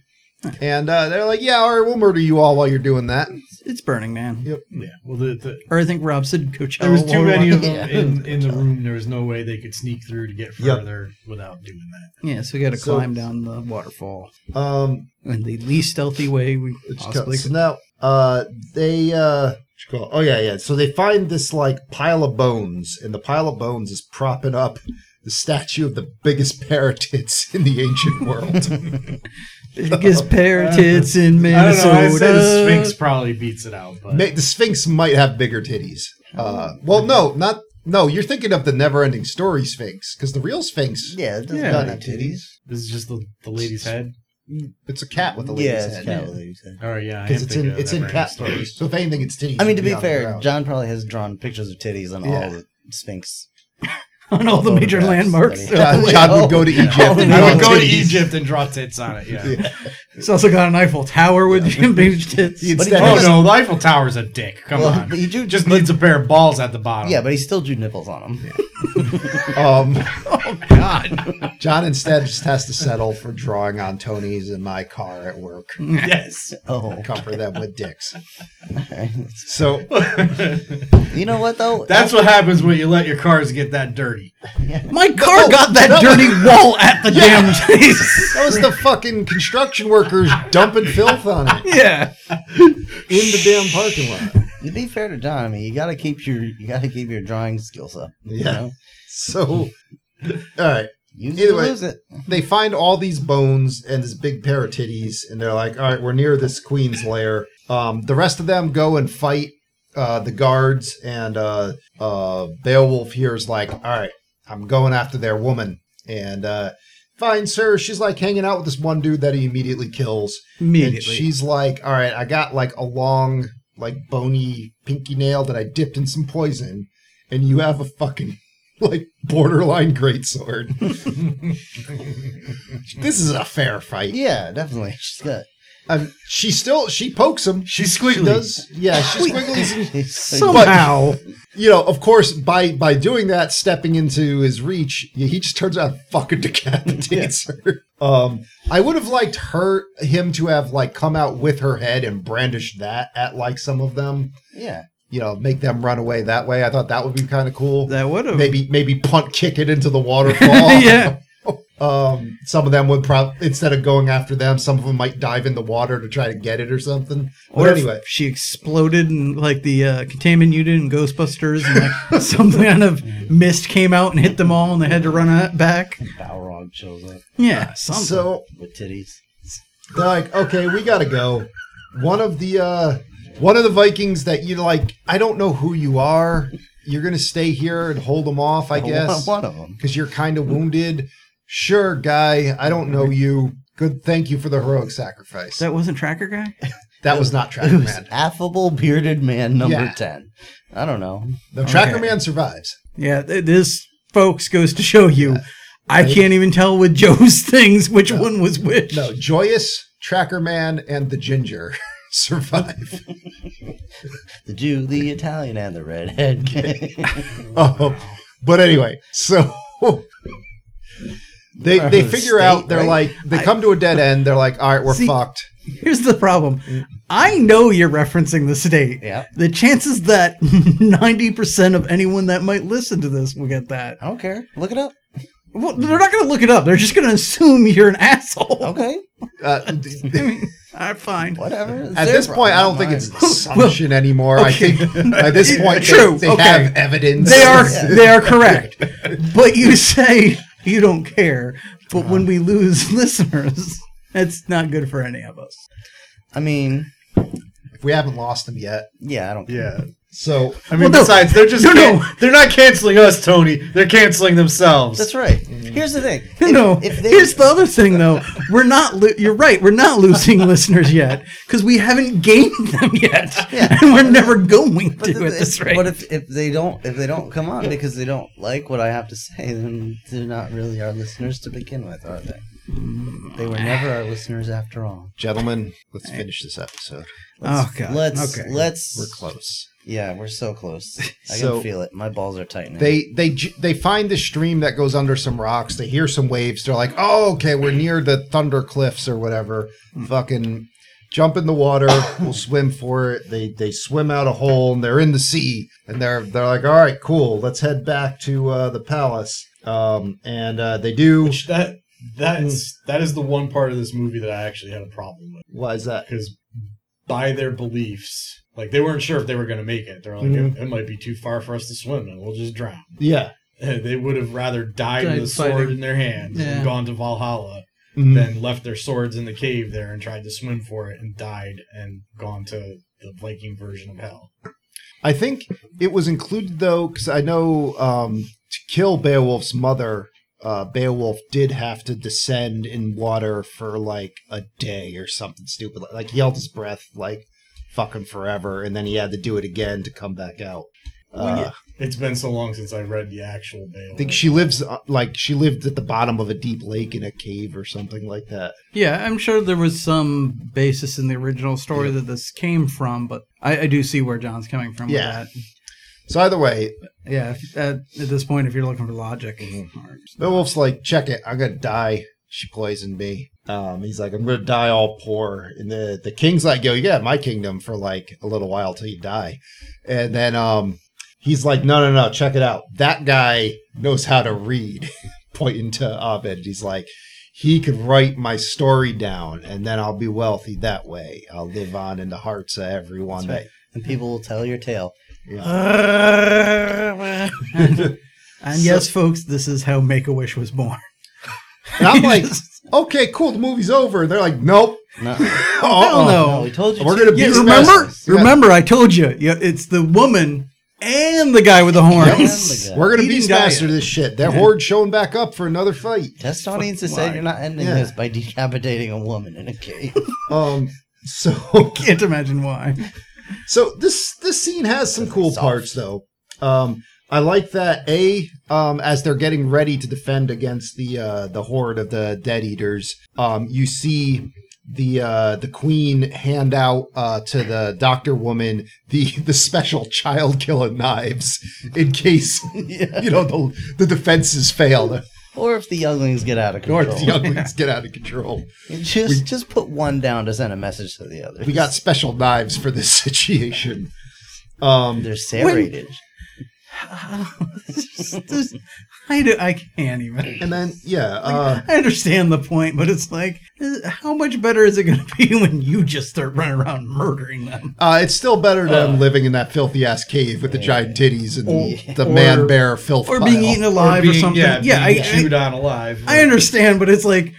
S1: And uh, they're like, yeah, all right, we'll murder you all while you're doing that.
S4: It's Burning Man.
S2: Yeah, well, the, the,
S4: Or I think Rob said Coachella.
S2: there was too
S4: while we
S2: many
S4: were-
S2: of them in, in the room. There was no way they could sneak through to get
S1: Yep.
S2: further without doing that.
S4: Yeah, so we got to
S1: So-
S4: climb down the waterfall
S1: Um,
S4: in the least stealthy way we
S1: It's
S4: possibly
S1: cuts.
S4: could.
S1: Now, uh, they, uh, what you call it? oh yeah, yeah. So they find this like pile of bones, and the pile of bones is propping up the statue of the biggest paratits in the ancient world.
S4: Biggest pear tits in
S2: I don't know. I'd say the Sphinx
S4: Minnesota.
S2: probably beats it out, but
S1: Ma- the Sphinx might have bigger titties. Uh, well, no, not no. You're thinking of the never-ending story Sphinx, because the real Sphinx,
S5: Yeah, it doesn't
S4: Yeah.
S5: have titties.
S2: this is just the, the lady's head.
S1: it's a cat with a lady's
S5: Yeah, it's
S1: head.
S5: cat with lady's head.
S2: All right, yeah, I am
S1: Because it's in
S2: thinking of
S1: it's in
S2: that
S1: cat
S2: story.
S1: stories. So if anything, it's titties.
S5: I mean, to be
S1: beyond the
S5: fair,
S1: ground.
S5: John probably has drawn pictures of titties on
S1: Yeah.
S5: all the Sphinx.
S4: On all the major
S5: photographs
S4: landmarks.
S5: that
S1: John, John would go to Egypt. and
S2: I would
S1: draw
S2: go to
S1: titties.
S2: Egypt and draw tits on it. Yeah.
S4: It's also got an Eiffel Tower with big tits.
S1: He'd
S5: he
S1: stand-
S5: drew
S2: Oh no, the Eiffel Tower's a dick. Come
S5: Well,
S2: on,
S5: but you do-
S2: just needs a pair of balls at the bottom.
S5: Yeah, but he still drew nipples on them.
S1: Um, oh God! John instead just has to settle for drawing on Tony's in my car at work.
S2: yes,
S5: Oh,
S1: Comfort them with dicks. So
S5: you know what though?
S2: that's what happens when you let your cars get that dirty.
S4: My
S2: Oh,
S4: car got that dirty wall at the damn place.
S1: that was the fucking construction workers dumping filth on it
S4: yeah.
S1: in the damn parking lot.
S5: to be fair to John, I mean, you gotta keep your you gotta keep your drawing skills up. You
S1: Yeah.
S5: know?
S1: So, all right,
S5: Use it
S1: Either
S5: or
S1: way.
S5: lose it.
S1: they find all these bones and this big pair of titties, and they're like, "All right, we're near this queen's lair." Um, the rest of them go and fight uh, the guards, and uh, uh, Beowulf here is like, all right, I'm going after their woman. And uh, fine, sir. She's like hanging out with this one dude that he immediately kills. And
S4: Immediately.
S1: she's like, all right, I got like a long, like bony pinky nail that I dipped in some poison, and you have a fucking like borderline greatsword. this is a fair fight.
S5: Yeah, definitely. She's got
S1: Um, she still she pokes him.
S2: She's
S1: She does. Yeah, she squiggles. And,
S4: Somehow.
S1: you know, of course, by by doing that, stepping into his reach, he he just turns out and fucking decapitates her. Um, I would have liked her him to have like come out with her head and brandished that at like some of them.
S5: Yeah.
S1: You know, make them run away that way. I thought that would be kind of cool.
S4: That would have.
S1: maybe maybe punt kick it into the waterfall.
S4: yeah.
S1: Um, some of them would probably instead of going after them, some of them might dive in the water to try to get it or something.
S4: Or
S1: But
S4: if
S1: anyway,
S4: she exploded and like the uh, containment unit in Ghostbusters, and like, some kind of mist came out and hit them all, and they had to run out back.
S5: Balrog shows up
S4: Yeah, something.
S1: Uh, so
S5: with titties.
S1: they're like, okay, we gotta go. One of the uh, one of the Vikings that you like, I don't know who you are. You're gonna stay here and hold them off, I guess,
S5: One, one of them.
S1: because you're kind of wounded. Sure, guy, I don't know you. Good, thank you for the heroic sacrifice. That,
S4: that wasn't Tracker Guy.
S1: was not Tracker
S5: Who's
S1: Man.
S5: affable bearded man number
S1: Yeah.
S5: 10. I don't know.
S1: No, Tracker
S4: Okay.
S1: Man survives.
S4: Yeah, th- this folks goes to show you, I can't even tell with Joe's things which one was which.
S1: No, Joyous, Tracker Man, and the Ginger survive.
S5: The Jew, the Italian, and the redhead.
S1: Oh, but anyway, so they they
S5: Our
S1: figure
S5: state,
S1: out they're
S5: right?
S1: like they come to a dead end. They're like, all right, we're
S4: See-
S1: fucked.
S4: Here's the problem.
S1: Mm.
S4: I know you're referencing the state.
S5: Yeah.
S4: The chances that 90% of anyone that might listen to this will get that.
S5: I don't care. Look it up.
S4: Well, they're not going to look it up. They're just going to assume you're an asshole.
S5: Okay.
S1: Uh,
S4: I mean, I'm fine.
S5: Whatever. It's
S1: at
S5: their
S1: this point, I don't think
S5: problem, not
S1: it's
S5: mine.
S1: assumption anymore. I think at this point,
S4: True,
S1: they, they
S4: okay.
S1: have evidence.
S4: They are they are correct. But you say you don't care. But
S5: Uh-huh.
S4: when we lose listeners, that's not good for any of us.
S5: I mean,
S1: We haven't lost them yet.
S5: yeah, I don't care.
S2: Yeah.
S1: So
S2: I mean,
S4: Well, no.
S2: besides, they're just
S4: No, no.
S2: can- they're not canceling us, Tony. They're canceling themselves.
S5: That's right.
S1: Mm.
S5: Here's the thing.
S4: You know,
S5: if they-
S4: here's the other thing though. We're not. Lo- you're right. We're not losing listeners yet because we haven't gained them yet, and we're never going to
S5: the-
S4: at this
S5: if,
S4: rate.
S5: What if, if they don't if they don't come on because they don't like what I have to say? Then they're not really our listeners to begin with, are they? They
S4: Mm.
S5: were never our listeners after all.
S1: gentlemen, let's finish this episode.
S4: oh god.
S5: Let's
S4: okay.
S5: let's
S1: We're close.
S5: Yeah, we're so close. I
S1: So-
S5: can feel it. My balls are tightening.
S1: They they j- they find the stream that goes under some rocks. They hear some waves. They're like, "Oh, okay, we're near the Thunder Cliffs or whatever." Fucking jump in the water. we'll swim for it. They they swim out a hole and they're in the sea. And they're they're like, "All right, cool. Let's head back to uh, the palace." Um, and uh, they do.
S2: Which that that is
S4: Hmm.
S2: that is the one part of this movie that I actually had a problem with
S1: Why is that?
S2: because by their beliefs, like they weren't sure if they were going to make it. They're like,
S4: Hmm.
S1: Mhm.
S2: it, it might be too far for us to swim, and we'll just drown. Eh,
S1: Yeah.
S2: they would have rather died
S4: Died
S2: with a sword
S4: fighting.
S2: in their hand
S4: Yeah. Hmm.
S2: and gone to Valhalla
S1: Mhm.
S2: than left their swords in the cave there and tried to swim for it and died and gone to the Viking version of hell.
S1: I think it was included though, because I know um, to kill Beowulf's mother, uh, Beowulf did have to descend in water for like a day or something stupid. Like he held his breath like fucking forever, and then he had to do it again to come back out.
S4: Well, yeah.
S1: Uh,
S2: It's been so long since I read the actual Bale.
S1: I think she lives uh, like she lived at the bottom of a deep lake in a cave or something like that.
S4: Yeah, I'm sure there was some basis in the original story that this came from, but I, I do see where John's coming from
S1: Yeah.
S4: with that.
S1: So either way,
S4: Yeah, if, at, at this point, if you're looking for logic, or-
S1: Beowulf's like, check it, I'm gonna die. She poisoned me. Um, he's like, I'm gonna die all poor. And the, the king's like, yo, you gotta have my kingdom for like a little while till you die. And then um he's like, No, no, no, check it out. That guy knows how to read, pointing to Abed. He's like, he could write my story down and then I'll be wealthy that way. I'll live on in the hearts of everyone
S5: That's right. and people will tell your tale.
S1: that yeah.
S4: and yes, folks, this is how Make a Wish was born.
S1: And I'm like, okay, cool, the movie's over. And they're like, nope,
S5: No.
S4: Hell no.
S5: No, we told you.
S1: Oh. We're
S5: to.
S1: gonna be
S4: Yeah,
S1: the
S4: remember?
S1: best. Yeah.
S4: Remember, I told you. Yeah, it's the woman and the guy with the horns.
S5: And the guy.
S1: We're gonna
S4: Eating
S1: beast master this shit. That horde showing back up for another fight.
S5: Test audience has said you're not ending
S1: Yeah.
S5: this by decapitating a woman in a cave.
S1: Um, so
S4: Can't imagine why.
S1: so this this scene has some cool
S5: Soft.
S1: parts though. Um, I like that a um as they're getting ready to defend against the uh the horde of the dead eaters. Um, you see the uh the queen hand out uh to the doctor woman the the special child killing knives in case you know the the defenses fail
S5: or if the younglings get out of
S1: or
S5: control.
S1: the younglings get out of control.
S5: Just just put one down to send a message to the other.
S1: We got special knives for this situation. Um,
S5: they're serrated.
S4: There's- I, do, I can't even.
S1: and then yeah, uh,
S4: I understand the point, but it's like, uh, how much better is it going to be when you just start running around murdering them?
S1: uh, it's still better than living in that filthy ass cave with the giant titties and
S5: Or-
S1: the
S6: or-
S1: man bear filth.
S4: Or being
S1: pile.
S4: eaten alive or,
S6: being-
S4: something.
S6: Yeah,
S4: Yeah,
S6: being
S4: I, I,
S6: chewed on alive.
S4: I understand, but it's like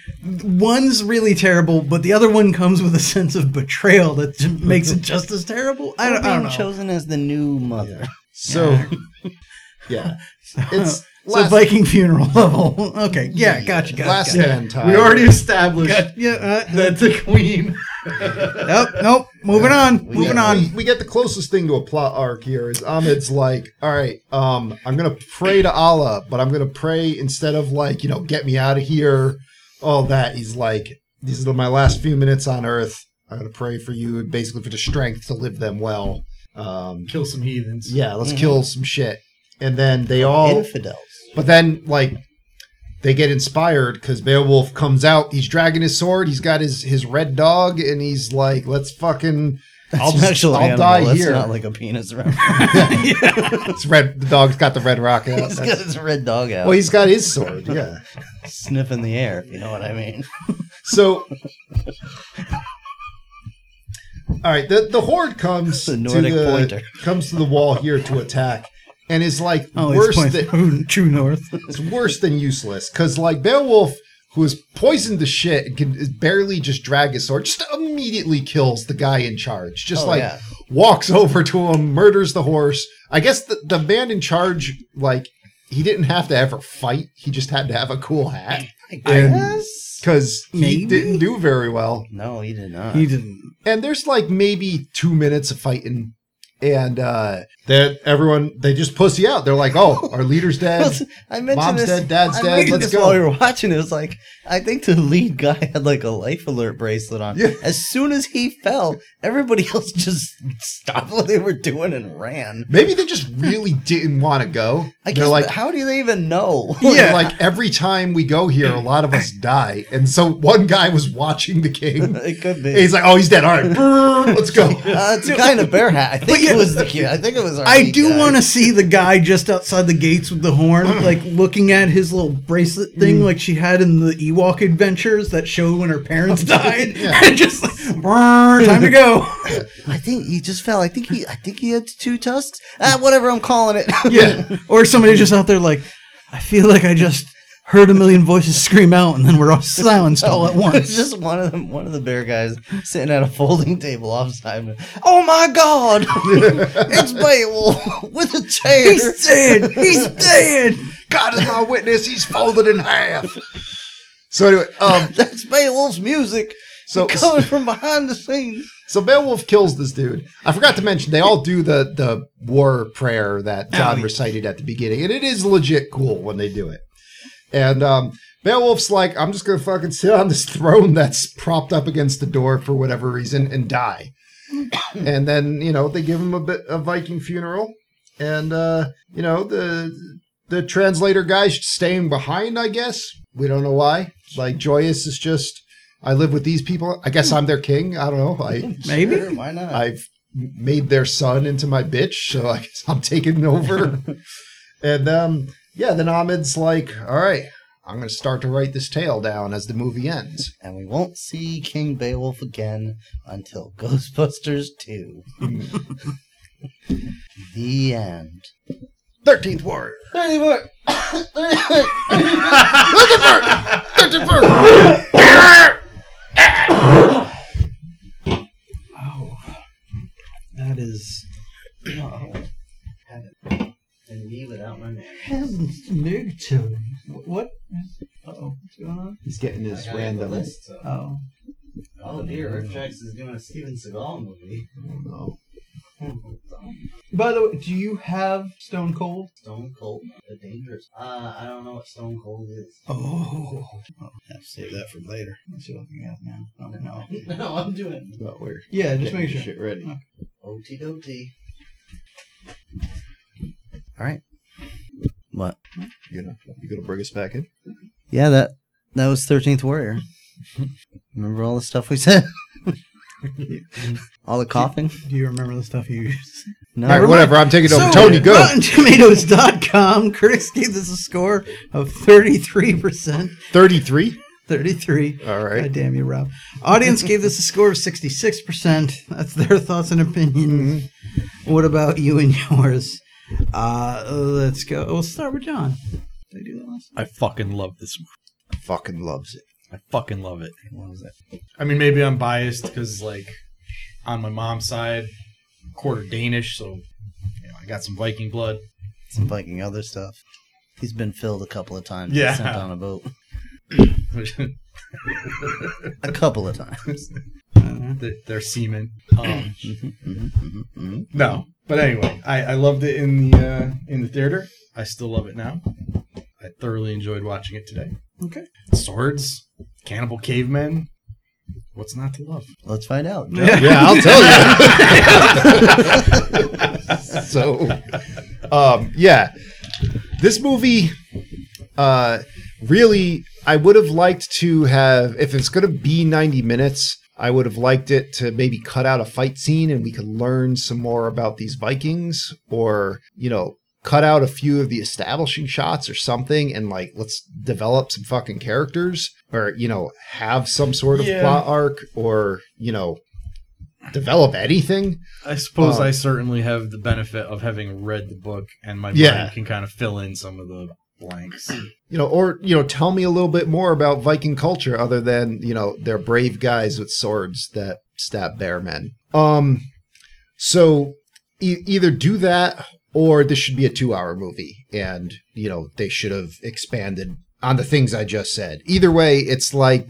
S4: one's really terrible, but the other one comes with a sense of betrayal that j- makes it just as terrible. I
S5: Or
S4: don't, I don't
S5: being
S4: know.
S5: chosen as the new mother.
S1: So yeah, it's
S4: so
S1: last,
S4: Viking funeral level. okay, yeah, gotcha, gotcha.
S1: last
S4: gotcha.
S1: stand time.
S6: We already established
S4: Yeah, uh,
S6: that the queen.
S4: nope, nope. Moving on,
S1: we
S4: moving
S1: get,
S4: on.
S1: We, we get the closest thing to a plot arc here is Ahmed's like, all right, um, I'm gonna pray to Allah, but I'm gonna pray instead of like, you know, get me out of here, all that. He's like, these are my last few minutes on Earth. I'm gonna pray for you and basically for the strength to live them well. Um,
S6: Kill some heathens.
S1: yeah, let's kill some shit, and then they all
S5: Infidels.
S1: but then, like, they get inspired because Beowulf comes out. He's dragging his sword. He's got his his red dog, and he's like, "Let's fucking, I'll,
S5: It's an
S1: just,
S5: actual
S1: I'll
S5: animal.
S1: die
S5: That's
S1: here."
S5: Not like a penis around.
S1: it's red. The dog's got the red rocket. out.
S5: He's got
S1: That's-
S5: his red dog out,
S1: well, he's got his sword. Yeah.
S5: sniffing the air. if You know what I mean?
S1: So. All right, the, the horde comes
S5: The Nordic
S1: to the,
S5: pointer.
S1: comes to the wall here to attack, and is like
S4: Oh,
S1: worse
S4: it's point
S1: than
S4: true north.
S1: it's worse than useless because like Beowulf, who is poisoned to shit and can barely just drag his sword, just immediately kills the guy in charge. Just
S5: Oh,
S1: like
S5: yeah.
S1: walks over to him, murders the horse. I guess the, the man in charge, like he didn't have to ever fight. He just had to have a cool hat
S5: I
S1: And-
S5: guess.
S1: because he
S4: Maybe?
S1: didn't do very well.
S5: No, he did not.
S4: He didn't.
S1: And there's like maybe two minutes of fighting. And uh that everyone they just pussy out. They're like, "Oh, our leader's dead."
S5: I mentioned
S1: Mom's
S5: this.
S1: dead, dad's
S5: I
S1: dead,
S5: mentioned
S1: let's
S5: this
S1: go.
S5: While we were watching, it was like I think the lead guy had like a life alert bracelet on.
S1: Yeah.
S5: As soon as he fell, everybody else just stopped what they were doing and ran.
S1: Maybe they just really didn't want to go.
S5: I
S1: They're
S5: guess.
S1: like,
S5: but how do they even know?
S1: Yeah. Like every time we go here, a lot of us die. And so one guy was watching the game.
S5: it could
S1: And
S5: be.
S1: he's like, oh, he's dead. All right, brrr, let's go.
S5: Uh, it's a guy in a bear hat. I think it was the kid. I think it was. Our
S4: I
S5: lead
S4: do
S5: guy.
S4: want to see the guy just outside the gates with the
S1: Mm.
S4: horn, like looking at his little bracelet thing, like she had in the Ewok Adventures that showed when her parents died, and just like, "Brrr, time to go.
S5: I think he just fell. I think he. I think he had two tusks. Ah, whatever. I'm calling it.
S1: Yeah.
S4: Or somebody just out there like, I feel like I just heard a million voices scream out, and then we're all silenced all at
S5: It's
S4: once.
S5: just one of them, one of the bear guys sitting at a folding table offside. Oh my god! it's Beowulf with a chair.
S4: He's dead. He's dead.
S1: God is my witness. He's folded in half. So anyway, um,
S5: That's Beowulf's music
S1: so
S5: coming from behind the scenes.
S1: so Beowulf kills this dude. I forgot to mention they all do the the war prayer that
S5: Oh,
S1: John recited at the beginning, and it is legit cool when they do it. And um, Beowulf's like, I'm just gonna fucking sit on this throne that's propped up against the door for whatever reason and die. and then you know they give him a bit a Viking funeral, and uh, you know the the translator guy's staying behind. I guess we don't know why. Like Joyous is just. I live with these people. I guess I'm their king. I don't know. I
S4: Maybe.
S5: Sure, why not?
S1: I've made their son into my bitch, so I guess I'm taking over. and um, yeah, then Ahmed's like, all right, I'm going to start to write this tale down as the movie ends.
S5: and we won't see King Beowulf again until Ghostbusters Two. the end.
S1: 13th Warrior.
S5: Anyway,
S1: Look at Bert! 13th Warrior!
S4: Oh, What? Uh-oh. What's going on?
S1: He's getting his random. I
S4: Oh.
S5: Oh dear, Earthjax is doing a Steven Seagal movie.
S1: don't know.
S4: By the way, do you have Stone Cold?
S5: Stone Cold, the dangerous. Uh, I don't know what Stone Cold is.
S4: Oh.
S5: Have to save that for later.
S4: What's he looking at now? I don't know.
S5: no, I'm doing
S1: But we're
S4: Yeah, just
S1: getting
S4: make
S1: this
S4: sure.
S1: shit ready.
S5: OT doty. All right. What?
S1: You know, you gonna bring us back in?
S5: Yeah, that that was Thirteenth Warrior. Remember all the stuff we said? all the coughing?
S4: Do you remember the stuff you used?
S5: No.
S1: All right, whatever. I'm taking over. Tony, go.
S4: RottenTomatoes.com. Critics gave this a score of 33%.
S1: Thirty-three.
S4: 33.
S1: All
S4: God
S1: right.
S4: damn you, Rob. Audience gave this a score of 66%. That's their thoughts and opinions.
S1: Mm-hmm.
S4: What about you and yours? Uh, let's go. We'll start with John. Did I do that last?
S2: I fucking love this movie.
S1: Fucking loves it.
S2: I fucking love it.
S6: I mean, maybe I'm biased because, like, on my mom's side, quarter Danish, so you know, I got some Viking blood.
S5: Some fucking other stuff. He's been filled a couple of times.
S6: Yeah.
S5: Sent on a boat.
S6: They're-
S5: A couple of times.
S4: Uh-huh.
S6: They're semen. Um,
S1: Mm-hmm,
S5: Mhm, mhm, mhm.
S6: no, but anyway, I, I loved it in the uh, in the theater. I still love it now. I thoroughly enjoyed watching it today.
S4: Okay.
S6: Swords, cannibal cavemen. What's not to love?
S5: Let's find out.
S1: Yeah, I'll tell you. so, um, yeah, this movie uh, really, I would have liked to have, if it's going to be 90 minutes, I would have liked it to maybe cut out a fight scene and we could learn some more about these Vikings or, you know, cut out a few of the establishing shots or something and like let's develop some fucking characters or, you know, have some sort of
S6: Yeah.
S1: plot arc or, you know, develop anything.
S6: I suppose
S4: Uh,
S1: Um,
S6: I certainly have the benefit of having read the book, and my
S1: Yeah.
S6: mind can kind of fill in some of the blanks.
S1: you know, or you know, tell me a little bit more about Viking culture other than you know they're brave guys with swords that stab bear men. Um, so e- either do that or this should be a two-hour movie, and you know they should have expanded on the things I just said. Either way, it's like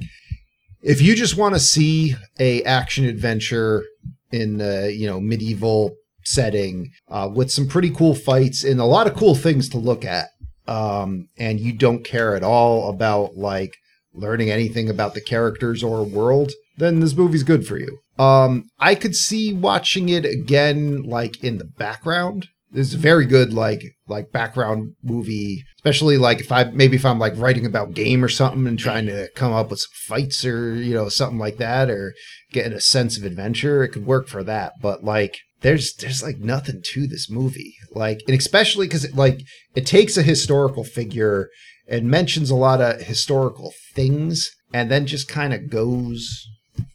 S1: if you just want to see a action adventure in uh, you know medieval setting uh, with some pretty cool fights and a lot of cool things to look at um, and you don't care at all about like learning anything about the characters or world, then this movie's good for you. Um, I could see watching it again, like in the background. This is a very good, like like background movie, especially like if I maybe if I'm like writing about game or something and trying to come up with some fights or you know something like that or getting a sense of adventure, it could work for that. But like there's there's like nothing to this movie, like and especially because like it takes a historical figure and mentions a lot of historical things and then just kind of goes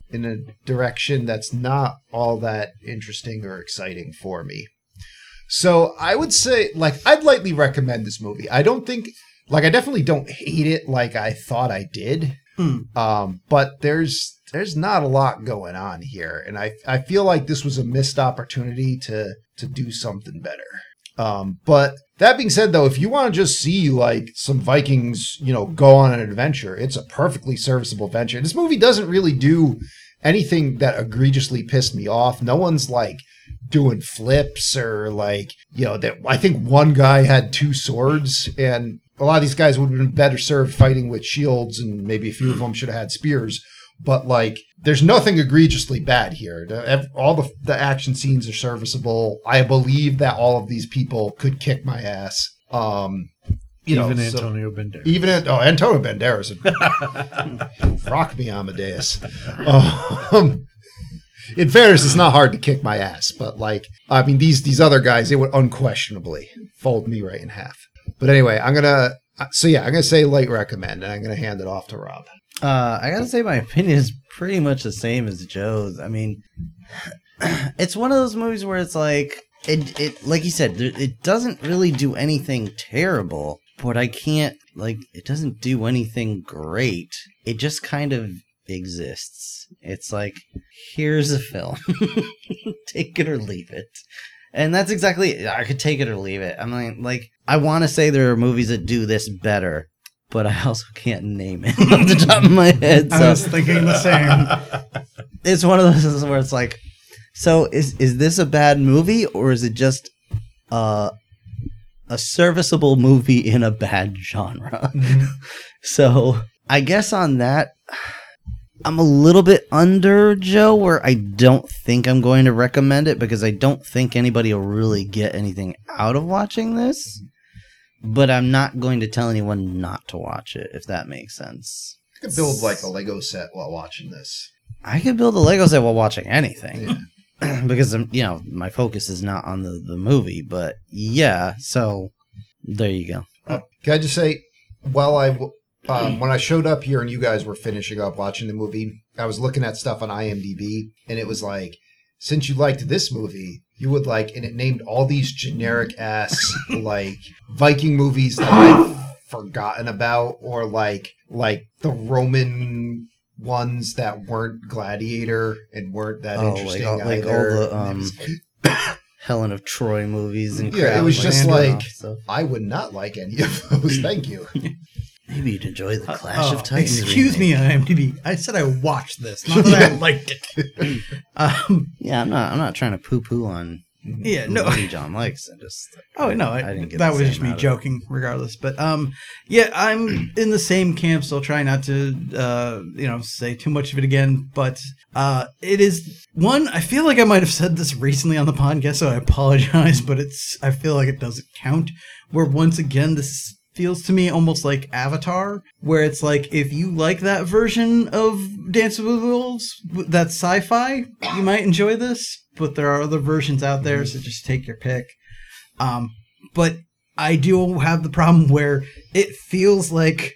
S1: in a direction that's not all that interesting or exciting for me. So I would say, like, I'd lightly recommend this movie. I don't think, like, I definitely don't hate it like I thought I did.
S4: Hmm.
S1: Um, but there's there's not a lot going on here, and I I feel like this was a missed opportunity to to do something better. Um, but that being said, though, if you want to just see like some Vikings, you know, go on an adventure, it's a perfectly serviceable adventure. This movie doesn't really do anything that egregiously pissed me off. No one's like doing flips or like you know that. I think one guy had two swords, and a lot of these guys would have been better served fighting with shields, and maybe a few of them should have had spears. But like, there's nothing egregiously bad here. The- ev- all the the action scenes are serviceable. I believe that all of these people could kick my ass. Um, you
S2: Even
S1: know, so-
S2: Antonio Banderas.
S1: even at, oh, Antonio Banderas, rock me Amadeus. Um, in fairness, it's not hard to kick my ass, but like, I mean, these these other guys, they would unquestionably fold me right in half. But anyway, I'm gonna. uh, So yeah, I'm gonna say light recommend, and I'm gonna hand it off to Rob.
S5: Uh, I gotta say, my opinion is pretty much the same as Joe's. I mean, it's one of those movies where it's like it, it, like you said, there- it doesn't really do anything terrible, but I can't like it doesn't do anything great. It just kind of exists. It's like here's a film, take it or leave it. And that's exactly it. I could take it or leave it. I'm like, like I want to say there are movies that do this better, but I also can't name it off the top of my head.
S4: I was
S5: So
S4: thinking the same.
S5: it's one of those where it's like, so is is this a bad movie or is it just uh, a serviceable movie in a bad genre? so I guess on that, I'm a little bit under Joe, where I don't think I'm going to recommend it because I don't think anybody will really get anything out of watching this. But I'm not going to tell anyone not to watch it, if that makes sense.
S1: could build like a Lego set while watching this.
S5: I could build a Lego set while watching anything because I'm, you know, my focus is not on the, the movie. But yeah, so there you go.
S1: Can I just say, while I w- um, when I showed up here and you guys were finishing up watching the movie, I was looking at stuff on IMDb, and it was like, since you liked this movie, you would like, and it named all these generic ass like Viking movies that I've forgotten about, or like like the Roman ones that weren't Gladiator and weren't that
S5: Oh, like
S1: interesting
S5: all- like all
S1: either.
S5: the, um,
S1: And it was-
S5: Helen of Troy movies and
S1: Yeah, it was just
S5: Krautlander and all
S1: like-
S5: that stuff.
S1: I would not like any of those. Thank you.
S5: maybe you'd enjoy the Clash
S4: Oh,
S5: of Titans.
S4: Excuse me, IMDb. I said I watched this, not that I liked it. Um,
S5: Yeah, I'm not. I'm not trying to poo poo on.
S1: Mm-hmm.
S4: yeah, no.
S5: movie John likes. I just.
S4: Oh no, I,
S5: I didn't get
S4: that
S5: the
S4: was
S5: same
S4: just me
S5: out of it.
S4: joking, regardless. But um, yeah, I'm in the same camp, so I'll try not to uh, you know, say too much of it again. But uh, it is one. I feel like I might have said this recently on the podcast, so I apologize. But it's I feel like it doesn't count. Where once again, this feels to me almost like Avatar, where it's like if you like that version of Dance with Wolves, that's sci-fi, you might enjoy this. But there are other versions out there, so just take your pick. Um, but I do have the problem where it feels like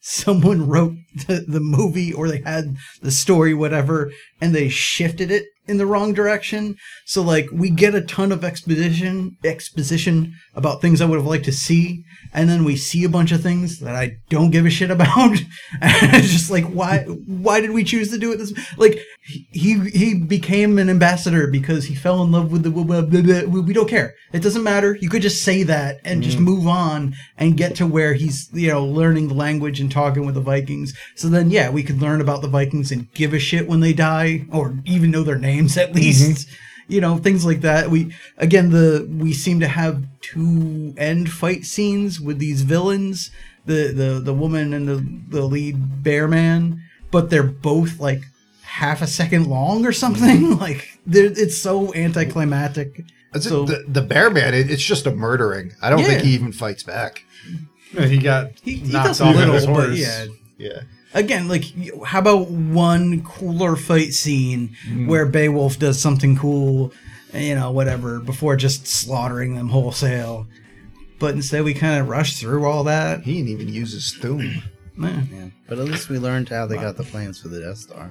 S4: someone wrote the, the movie or they had the story, whatever, and they shifted it in the wrong direction. So like we get a ton of exposition exposition about things I would have liked to see, and then we see a bunch of things that I don't give a shit about. and it's just like why why did we choose to do it this like he he became an ambassador because he fell in love with the blah, blah, blah, blah. we we don't care. It doesn't matter. You could just say that and just move on and get to where he's you know learning the language and talking with the Vikings. So then yeah, we could learn about the Vikings and give a shit when they die or even know their names
S6: Mm-hmm.
S4: at least. You know things like that. We again the we seem to have two end fight scenes with these villains, the the the woman and the the lead bear man, but they're both like half a second long or
S6: Mm-hmm.
S4: something. Like there, it's so anticlimactic.
S1: That's it.
S4: So-
S1: the, the bear man, it, it's just a murdering. I don't think
S4: Yeah.
S1: he even fights back.
S6: He got
S4: He, he
S6: knocked
S4: does
S6: off
S4: little,
S6: his
S4: but
S6: horse.
S4: yeah.
S1: Yeah.
S4: Again, like y- how about one cooler fight scene where Beowulf does something cool, you know, whatever, before just slaughtering them wholesale. But instead, we kind of rush through all that.
S1: He didn't even use his tomb.
S4: Meh.
S5: Yeah, but at least we learned how they got the plans for the Death Star.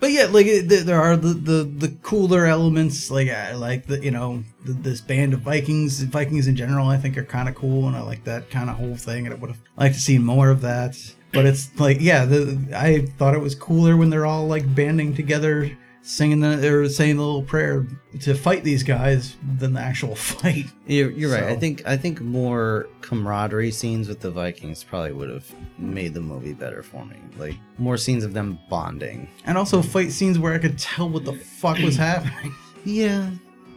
S4: but yeah, like it- th- there are the, the the cooler elements. Like I like the you know th this band of Vikings. Vikings in general, I think are kind of cool, and I like that kind of whole thing. And I would have liked to see more of that. But it's like yeah, the, I thought it was cooler when they're all like banding together, singing the or saying the little prayer to fight these guys than the actual fight.
S5: You're, you're right. I
S4: So-
S5: think I think more camaraderie scenes with the Vikings probably would have made the movie better for me. Like more scenes of them bonding.
S4: And also fight scenes where I could tell what the fuck was happening.
S5: Yeah,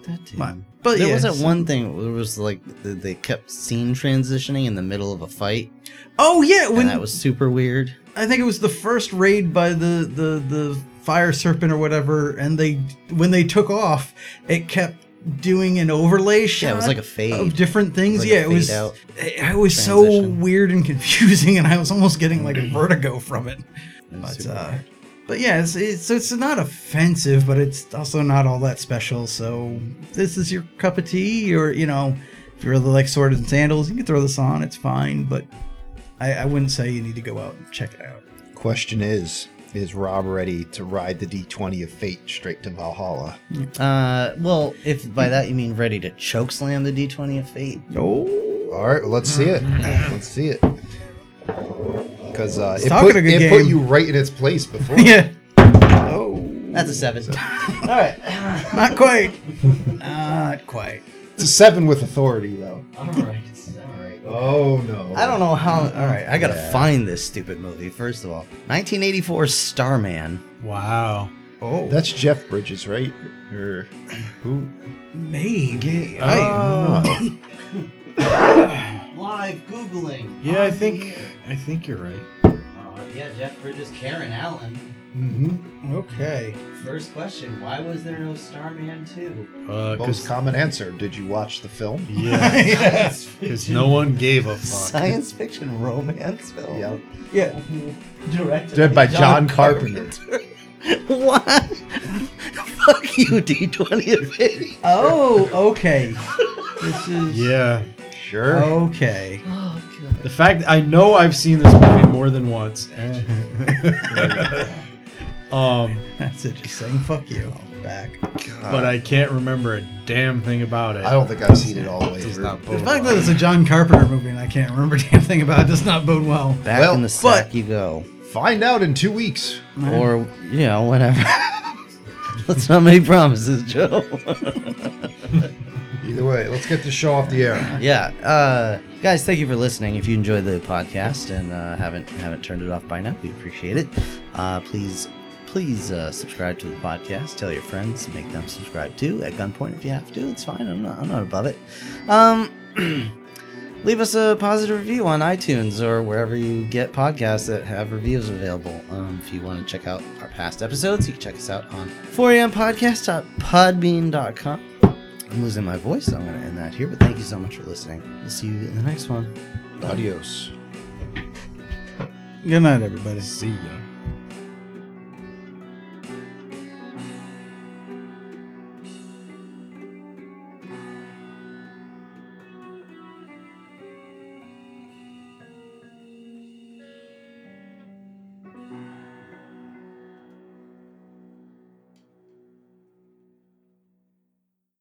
S5: that too.
S4: But, but
S5: there
S4: yeah,
S5: was that
S4: so-
S5: one thing where it was like th- they kept scene transitioning in the middle of a fight,
S4: Oh yeah,
S5: and
S4: when
S5: that was super weird.
S4: I think it was the first raid by the the the fire serpent or whatever, and they when they took off, it kept doing an overlay shot.
S5: Yeah, it was like a fade.
S4: of different things.
S5: like a
S4: yeah, it was.
S5: fade-out
S4: It, it was so
S5: transition.
S4: weird and confusing, and I was almost getting like vertigo from it.
S5: It was
S4: But
S5: super
S4: uh, but yeah, it's, it's it's not offensive, but it's also not all that special. So this is your cup of tea, or you know, if you really like swords and sandals, you can throw this on. It's fine, but I, I wouldn't say you need to go out and check it out.
S1: Question is Is Rob ready to ride the D20 of fate straight to Valhalla?
S5: Uh, well, if by that you mean ready to chokeslam the D20 of fate.
S1: All right, well, let's see it. Mm. Let's see it. Because uh, it,
S4: Stock
S1: put,
S4: it a good
S1: it put
S4: game.
S1: you right in its place before.
S4: yeah.
S5: That's a seven.
S4: Not quite. Not quite.
S1: It's a seven with authority, though. All right. All right. Oh no.
S5: I don't know how. All right, I gotta
S1: Yeah.
S5: find this stupid movie first of all. 1984 Starman.
S2: Wow.
S4: Oh,
S1: That's Jeff Bridges, right? Or who?
S4: maybe.
S5: Live googling.
S2: Yeah, I think I think you're right.
S5: yeah, Jeff Bridges, Karen Allen.
S1: Mm-hmm.
S4: okay.
S5: First question: Why was there no Starman 2?
S2: Uh,
S1: Most
S2: cause,
S1: common answer. Did you watch the film?
S2: yeah, because no one gave a fuck.
S5: Science fiction romance film.
S1: Yeah.
S4: Yeah.
S5: Directed
S1: Directed by John Carpenter.
S5: what? Fuck you, D20 and Vinny.
S4: Oh, okay. This is
S2: Yeah,
S1: Sure.
S4: okay.
S2: the fact I know I've seen this movie more than once. um,
S4: That's it. Just saying, fuck you. Back.
S2: but I can't remember a damn thing about it.
S1: I don't think I've seen it all the way
S2: Does
S1: through.
S2: not bode
S4: The fact
S2: well.
S4: that it's a John Carpenter movie and I can't remember damn thing about it does not bode well.
S5: Back
S1: Well,
S5: in the sack you go.
S1: Find out in two weeks.
S5: Or, you know, whatever. Let's not make promises, Joe.
S1: Either way, let's get the show off the air.
S5: yeah. Uh, guys, thank you for listening. If you enjoyed the podcast and uh, haven't haven't turned it off by now, we appreciate it. Uh, please please uh, subscribe to the podcast. Tell your friends, make them subscribe too. At gunpoint, if you have to, it's fine. I'm not I'm not above it. Um, leave us a positive review on iTunes or wherever you get podcasts that have reviews available. Um, if you want to check out our past episodes, you can check us out on 4ampodcast.podbean.com. I'm losing my voice, so I'm going to end that here. But thank you so much for listening. We'll see you in the next one.
S1: Adios.
S4: Good night, everybody.
S2: See ya.